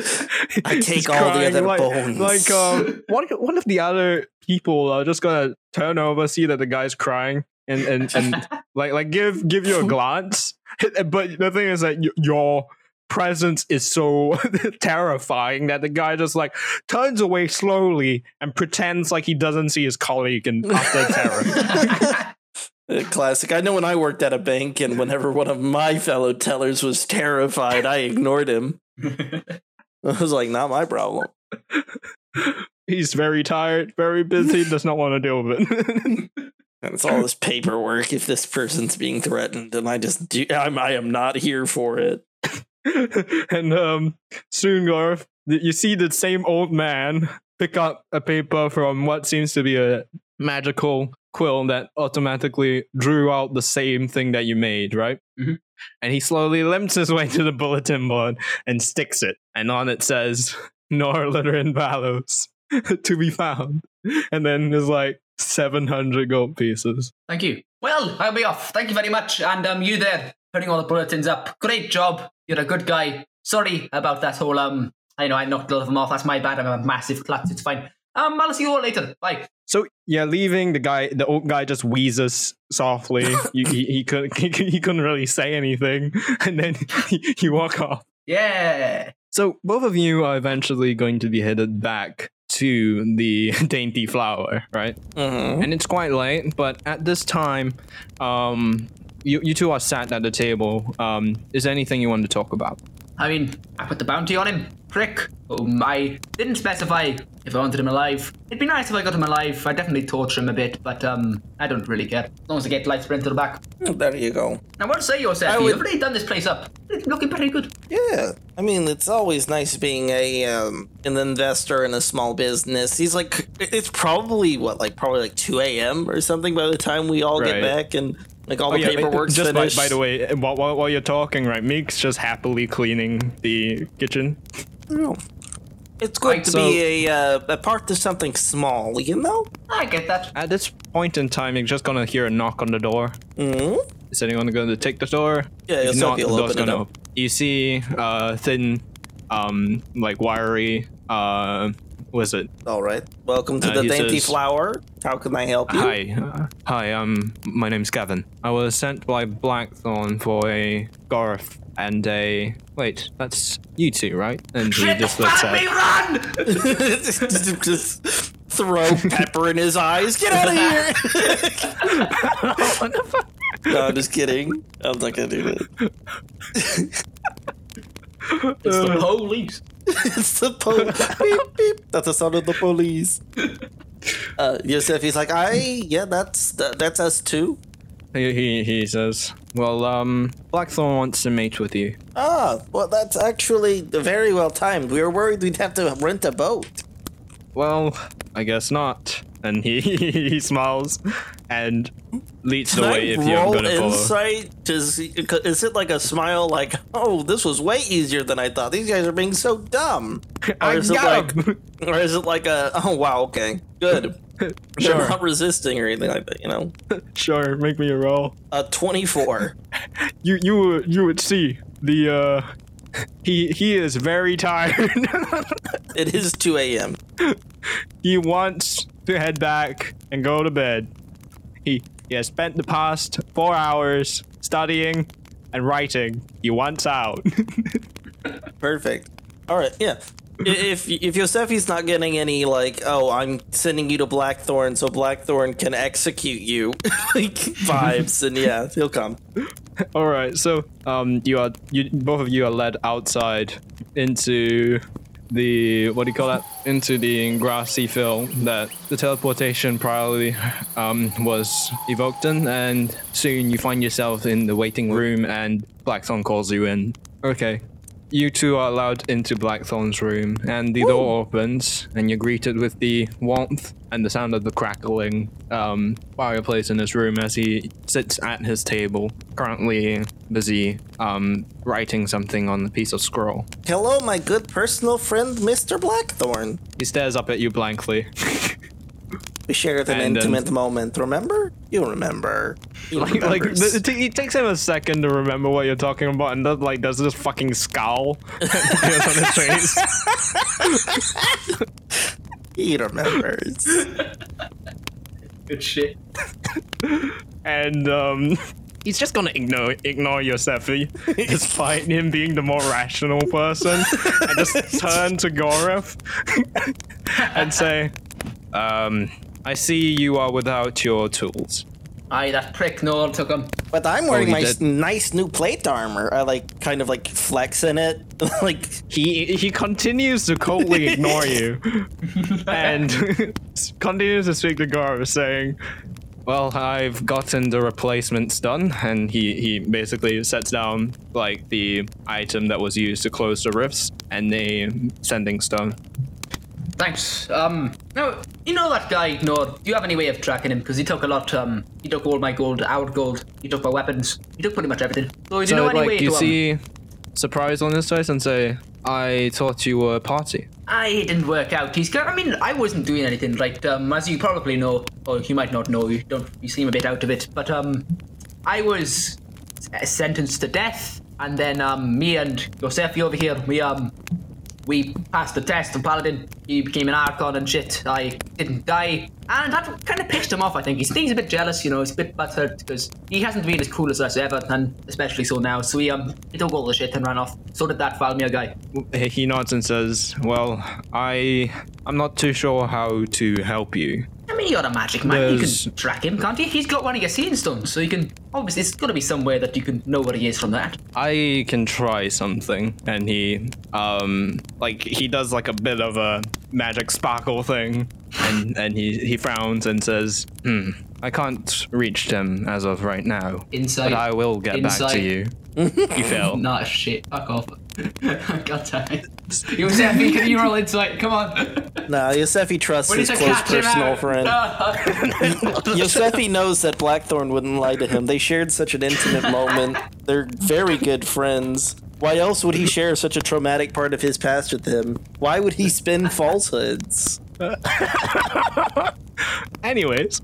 I
He's
take all the
crying
other
like,
bones.
Like um, one one of the other people are just gonna turn over, see that the guy's crying, and and, and like like give give you a glance. But the thing is that y- your presence is so terrifying that the guy just like turns away slowly and pretends like he doesn't see his colleague and after terror.
Uh, Classic. I know when I worked at a bank, and whenever one of my fellow tellers was terrified, I ignored him. I was like, not my problem.
He's very tired, very busy, does not want to deal with it.
And it's all this paperwork. If this person's being threatened, and I just do, I'm, I am not here for it.
and um, soon, Garth, th- you see the same old man pick up a paper from what seems to be a magical quill that automatically drew out the same thing that you made, right?
Mhm.
And he slowly limps his way to the bulletin board and sticks it. And on it says, Norlin Valos to be found. And then there's like 700 gold pieces.
Thank you. Well, I'll be off. Thank you very much, and um, you there putting all the bulletins up. Great job. You're a good guy. Sorry about that whole um. I know I knocked all of them off. That's my bad. I'm a massive klutz. It's fine. Um, I'll see you all later. Bye.
So yeah, leaving the guy, the old guy just wheezes softly. he, he, he couldn't he, he couldn't really say anything, and then he, he walk off.
Yeah.
So both of you are eventually going to be headed back to the dainty flower, right?
Mhm.
And it's quite late, but at this time, um, you you two are sat at the table. Um, is there anything you want to talk about?
I mean, I put the bounty on him. Prick. Oh my. Didn't specify if I wanted him alive. It'd be nice if I got him alive. I definitely torture him a bit, but um, I don't really care. As long as I get light sprint to the back.
There you go.
Now, what say yourself?
would-
You've really done this place up. It's looking pretty good.
Yeah, I mean it's always nice being a um, an investor in a small business. He's like, it's probably what like probably like two a.m. or something by the time we all
Right. Oh,
get back and like all the
yeah,
paperwork's
just by,
finished.
by the way, while, while, while you're talking, right, Meek's just happily cleaning the kitchen.
No. It's good to
so-
be a uh, a part of something small, you know.
I get that.
At this point in time, you're just gonna hear a knock on the door.
hmm
Is anyone going to take the door?
Yeah,
If
Sophie
not,
will
the door's
open it
gonna
up.
open. You see, uh, thin, um, like wiry, uh, was it?
All right. Welcome to
Uh,
the
he
dainty
says-
flower. How can I help you?
Hi, uh, hi. Um, my name's Gavin. I was sent by Blackthorn for a Garth and a wait. That's you two, right? And he
Shit,
just looks
man,
at.
me run!
just throw pepper in his eyes. Get out of here! no, I'm just kidding. I'm not gonna do that.
It's the police.
It's the police. beep beep. That's the sound of the police. Uh, Yosef, he's like, I yeah, that's that, that's us too.
He, he he says, "Well, um, Blackthorn wants to mate with you."
Ah, well, that's actually very well timed. We were worried we'd have to rent a boat.
Well, I guess not. And he he smiles, and leads the
Can
way
I
if you're
roll
gonna follow.
insight? Does is it like a smile? Like, oh, this was way easier than I thought. These guys are being so dumb. Or is it like, or is it like a? Oh wow, okay, good. They're
sure,
not resisting or anything like that. You know,
sure. Make me a roll.
a twenty-four.
you you would you would see the uh he he is very tired
it is two a.m.
he wants to head back and go to bed he he has spent the past four hours studying and writing he wants out
Perfect. All right, yeah. I- If if Yosefi's not getting any like, oh, I'm sending you to Blackthorn so Blackthorn can execute you, like vibes, and yeah, he'll come.
all right so um you are you both of you are led outside into the what do you call that into the grassy field that the teleportation priority um, was evoked in and soon you find yourself in the waiting room and blackthorn calls you in okay you two are allowed into blackthorn's room and the door opens and you're greeted with the warmth and the sound of the crackling um, fireplace in his room as he sits at his table currently busy um, writing something on a piece of scroll
Hello, my good personal friend, Mr. Blackthorn.
he stares up at you blankly.
We shared an
And, um,
intimate moment, remember? You remember. You
like, like th- it, t- it takes him a second to remember what you're talking about, and then, like, there's this fucking scowl appears on his face.
he remembers.
Good shit.
And, um, he's just gonna ignore ignore Yosefi, despite him being the more rational person, and just turn to Goref and say, um, I see you are without your tools.
Aye, that prick Noel took him.
but I'm wearing
he
my
Oh, did.
s- nice new plate armor. I like kind of like flex in it. like
he he continues to coldly ignore you and continues to speak to Garv saying well I've gotten the replacements done and he he basically sets down like the item that was used to close the rifts and the sending stone
Thanks. Um, now you know that guy Noel. Do you have any way of tracking him? Because he took a lot. Um, he took all my gold, our gold. He took my weapons. He took pretty much everything. So do you
so
know any way
like you
to? um,
see surprise on his face and say I thought you were a party
I it didn't work out. He's. I mean, I wasn't doing anything. Like, um, as you probably know, or you might not know, you don't. You seem a bit out of it. But um, I was s- sentenced to death and then um, me and Yosefi over here, we um, we passed the test on Paladin. He became an Archon and shit. I didn't die, and that kind of pissed him off. I think he's, he's a bit jealous, you know, he's a bit butthurt because he hasn't been as cool as us ever, and especially so now. So he um, he took all the shit and ran off. So did that Valmir guy.
He nods and says, "Well, I I'm not too sure how to help you.
I mean, you're a magic man.
There's-
You can track him, can't you? He's got one of your seeing stones, so you can obviously it's got to be somewhere that you can know where he is from that.
I can try something." And he um like he does like a bit of a magic sparkle thing, and and he he frowns and says, "Hmm, I can't reach him as of right now,
Inside.
but I will get back to
Insight.
you." you fail.
Nah, shit. Fuck off. God damn it. Yosefi, can you roll insight? Come on.
Nah, Yosefi trusts
We need
his
to
close
catch him Uh,
personal
out.
friend. Yosefi knows that Blackthorn wouldn't lie to him. They shared such an intimate moment. They're very good friends. Why else would he share such a traumatic part of his past with him? Why would he spin falsehoods?
Anyways,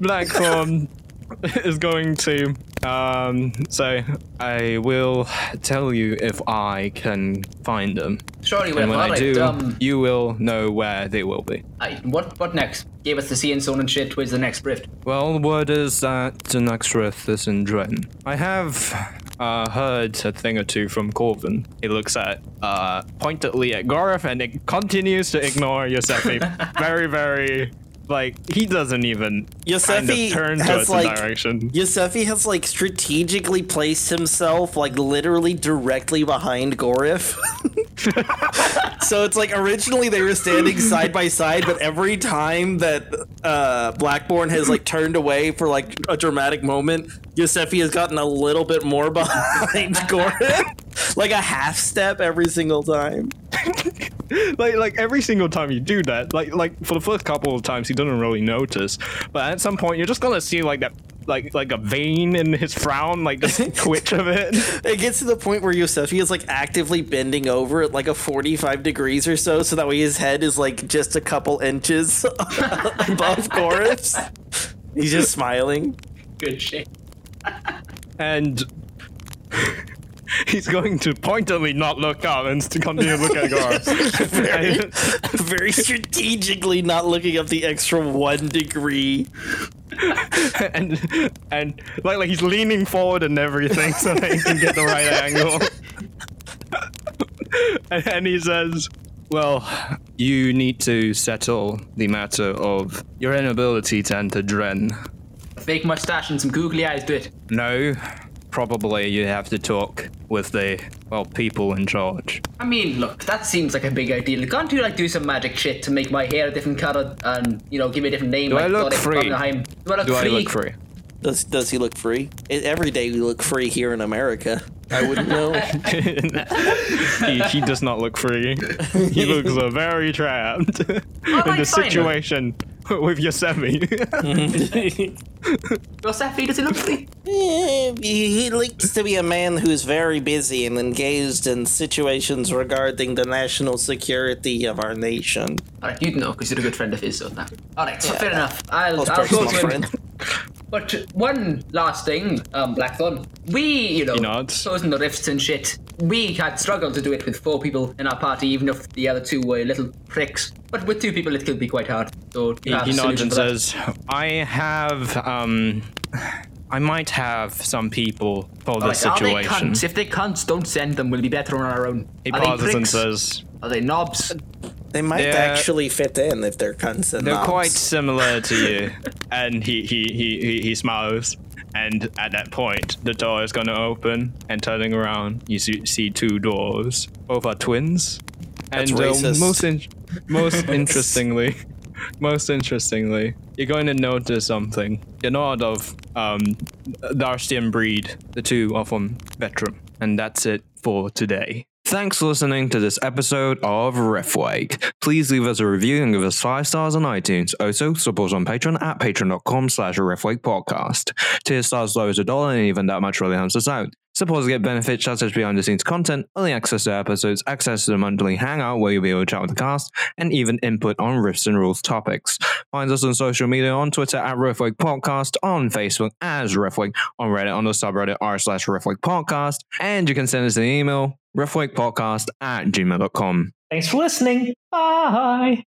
Blackthorn is going to um say, I will tell you if I can find them.
Surely we're
And when I
alright.
do,
Um,
you will know where they will be.
I, what what next? Gave us the sea and stone and shit. Where's the next rift?
Well, word is that the next rift is in Dren. I have uh, heard a thing or two from Corvin. He looks at uh, pointedly at Gorif and it continues to ignore Yosefi. very, very like he doesn't even kind of
Yosefi
turn to
has,
its
like-
direction.
Yosefi has like strategically placed himself like literally directly behind Gorif. so it's like originally they were standing side by side, but every time that uh, Blackborn has like turned away for like a dramatic moment, Yosefi has gotten a little bit more behind Gorif, like a half step every single time.
like like every single time you do that, like like for the first couple of times he doesn't really notice, but at some point you're just gonna see like that like like a vein in his frown, like just twitch of it.
It gets to the point where Yosefi is like actively bending over at like a 45 degrees or so, so that way his head is like just a couple inches above Gorif's. He's just smiling.
Good shit.
And he's going to pointedly not look up and "Oh, st- continue to look at Gar.
Very strategically not looking up the extra one degree.
and, and like like he's leaning forward and everything so that he can get the right angle. and, and he says, "Well, you need to settle the matter of your inability to enter Dren.
Fake mustache and some googly eyes. Do it.
No, probably you have to talk with the well people in charge."
I mean, look, that seems like a big idea. Can't you like do some magic shit to make my hair a different color and you know give me a different name? Do
I
like,
look
Doric
free?
Bunderheim? Do I look
Do I
free?
look free?
Does does he look free? E- Every day we look free here in America. I wouldn't know.
he, he does not look free. He looks uh, very trapped in
like
the
Simon.
situation with Yosemite.
Yosefi, does he look free?
Eh, he he likes to be a man who's very busy and engaged in situations regarding the national security of our nation.
All right, you'd know because you're a good friend of his. So nah. all right, so fair enough. I'll,
Close
I'll go
personal
to him.
friend.
But one last thing, um, Blackthorn. We, you know,
nods.
chosen the rifts and shit. We had struggled to do it with four people in our party, even if the other two were little pricks. But with two people, it could be quite hard. So you have
he
a
nods
solution
and
for that.
says, "I have um, I might have some people for
All
this
right, Are they
situation."
cunts? If they cunts, don't send them. We'll be better on our own.
He
are they
pauses and
pricks?
says,
"Are they knobs?"
They might
Yeah.
actually fit in if they're cunts and
"They're
knobs.
quite similar to you." and he he, he he he smiles. And at that point, the door is going to open. And turning around, you see, see two doors. Both are twins. and uh,
racist.
most in- most interestingly, most interestingly, you're going to notice something. You're not of um, Darstian breed. The two are from Vetrum, and that's it for today. Thanks for listening to this episode of Refwake. Please leave us a review and give us five stars on iTunes. Also, support us on Patreon at patreon.com slash Refwake podcast. Tier stars as low as a dollar and even that much really helps us out.
Supporters get benefits such as behind the scenes content, early access to episodes, access to the monthly hangout where you'll be able to chat with the cast, and even input on Rifts and Rules topics. Find us on social media on Twitter at Riftwig Podcast, on Facebook as Riftwig, on Reddit on the subreddit r slash Riftwig Podcast, and you can send us an email, riftwigpodcast at gmail.com.
Thanks for listening. Bye.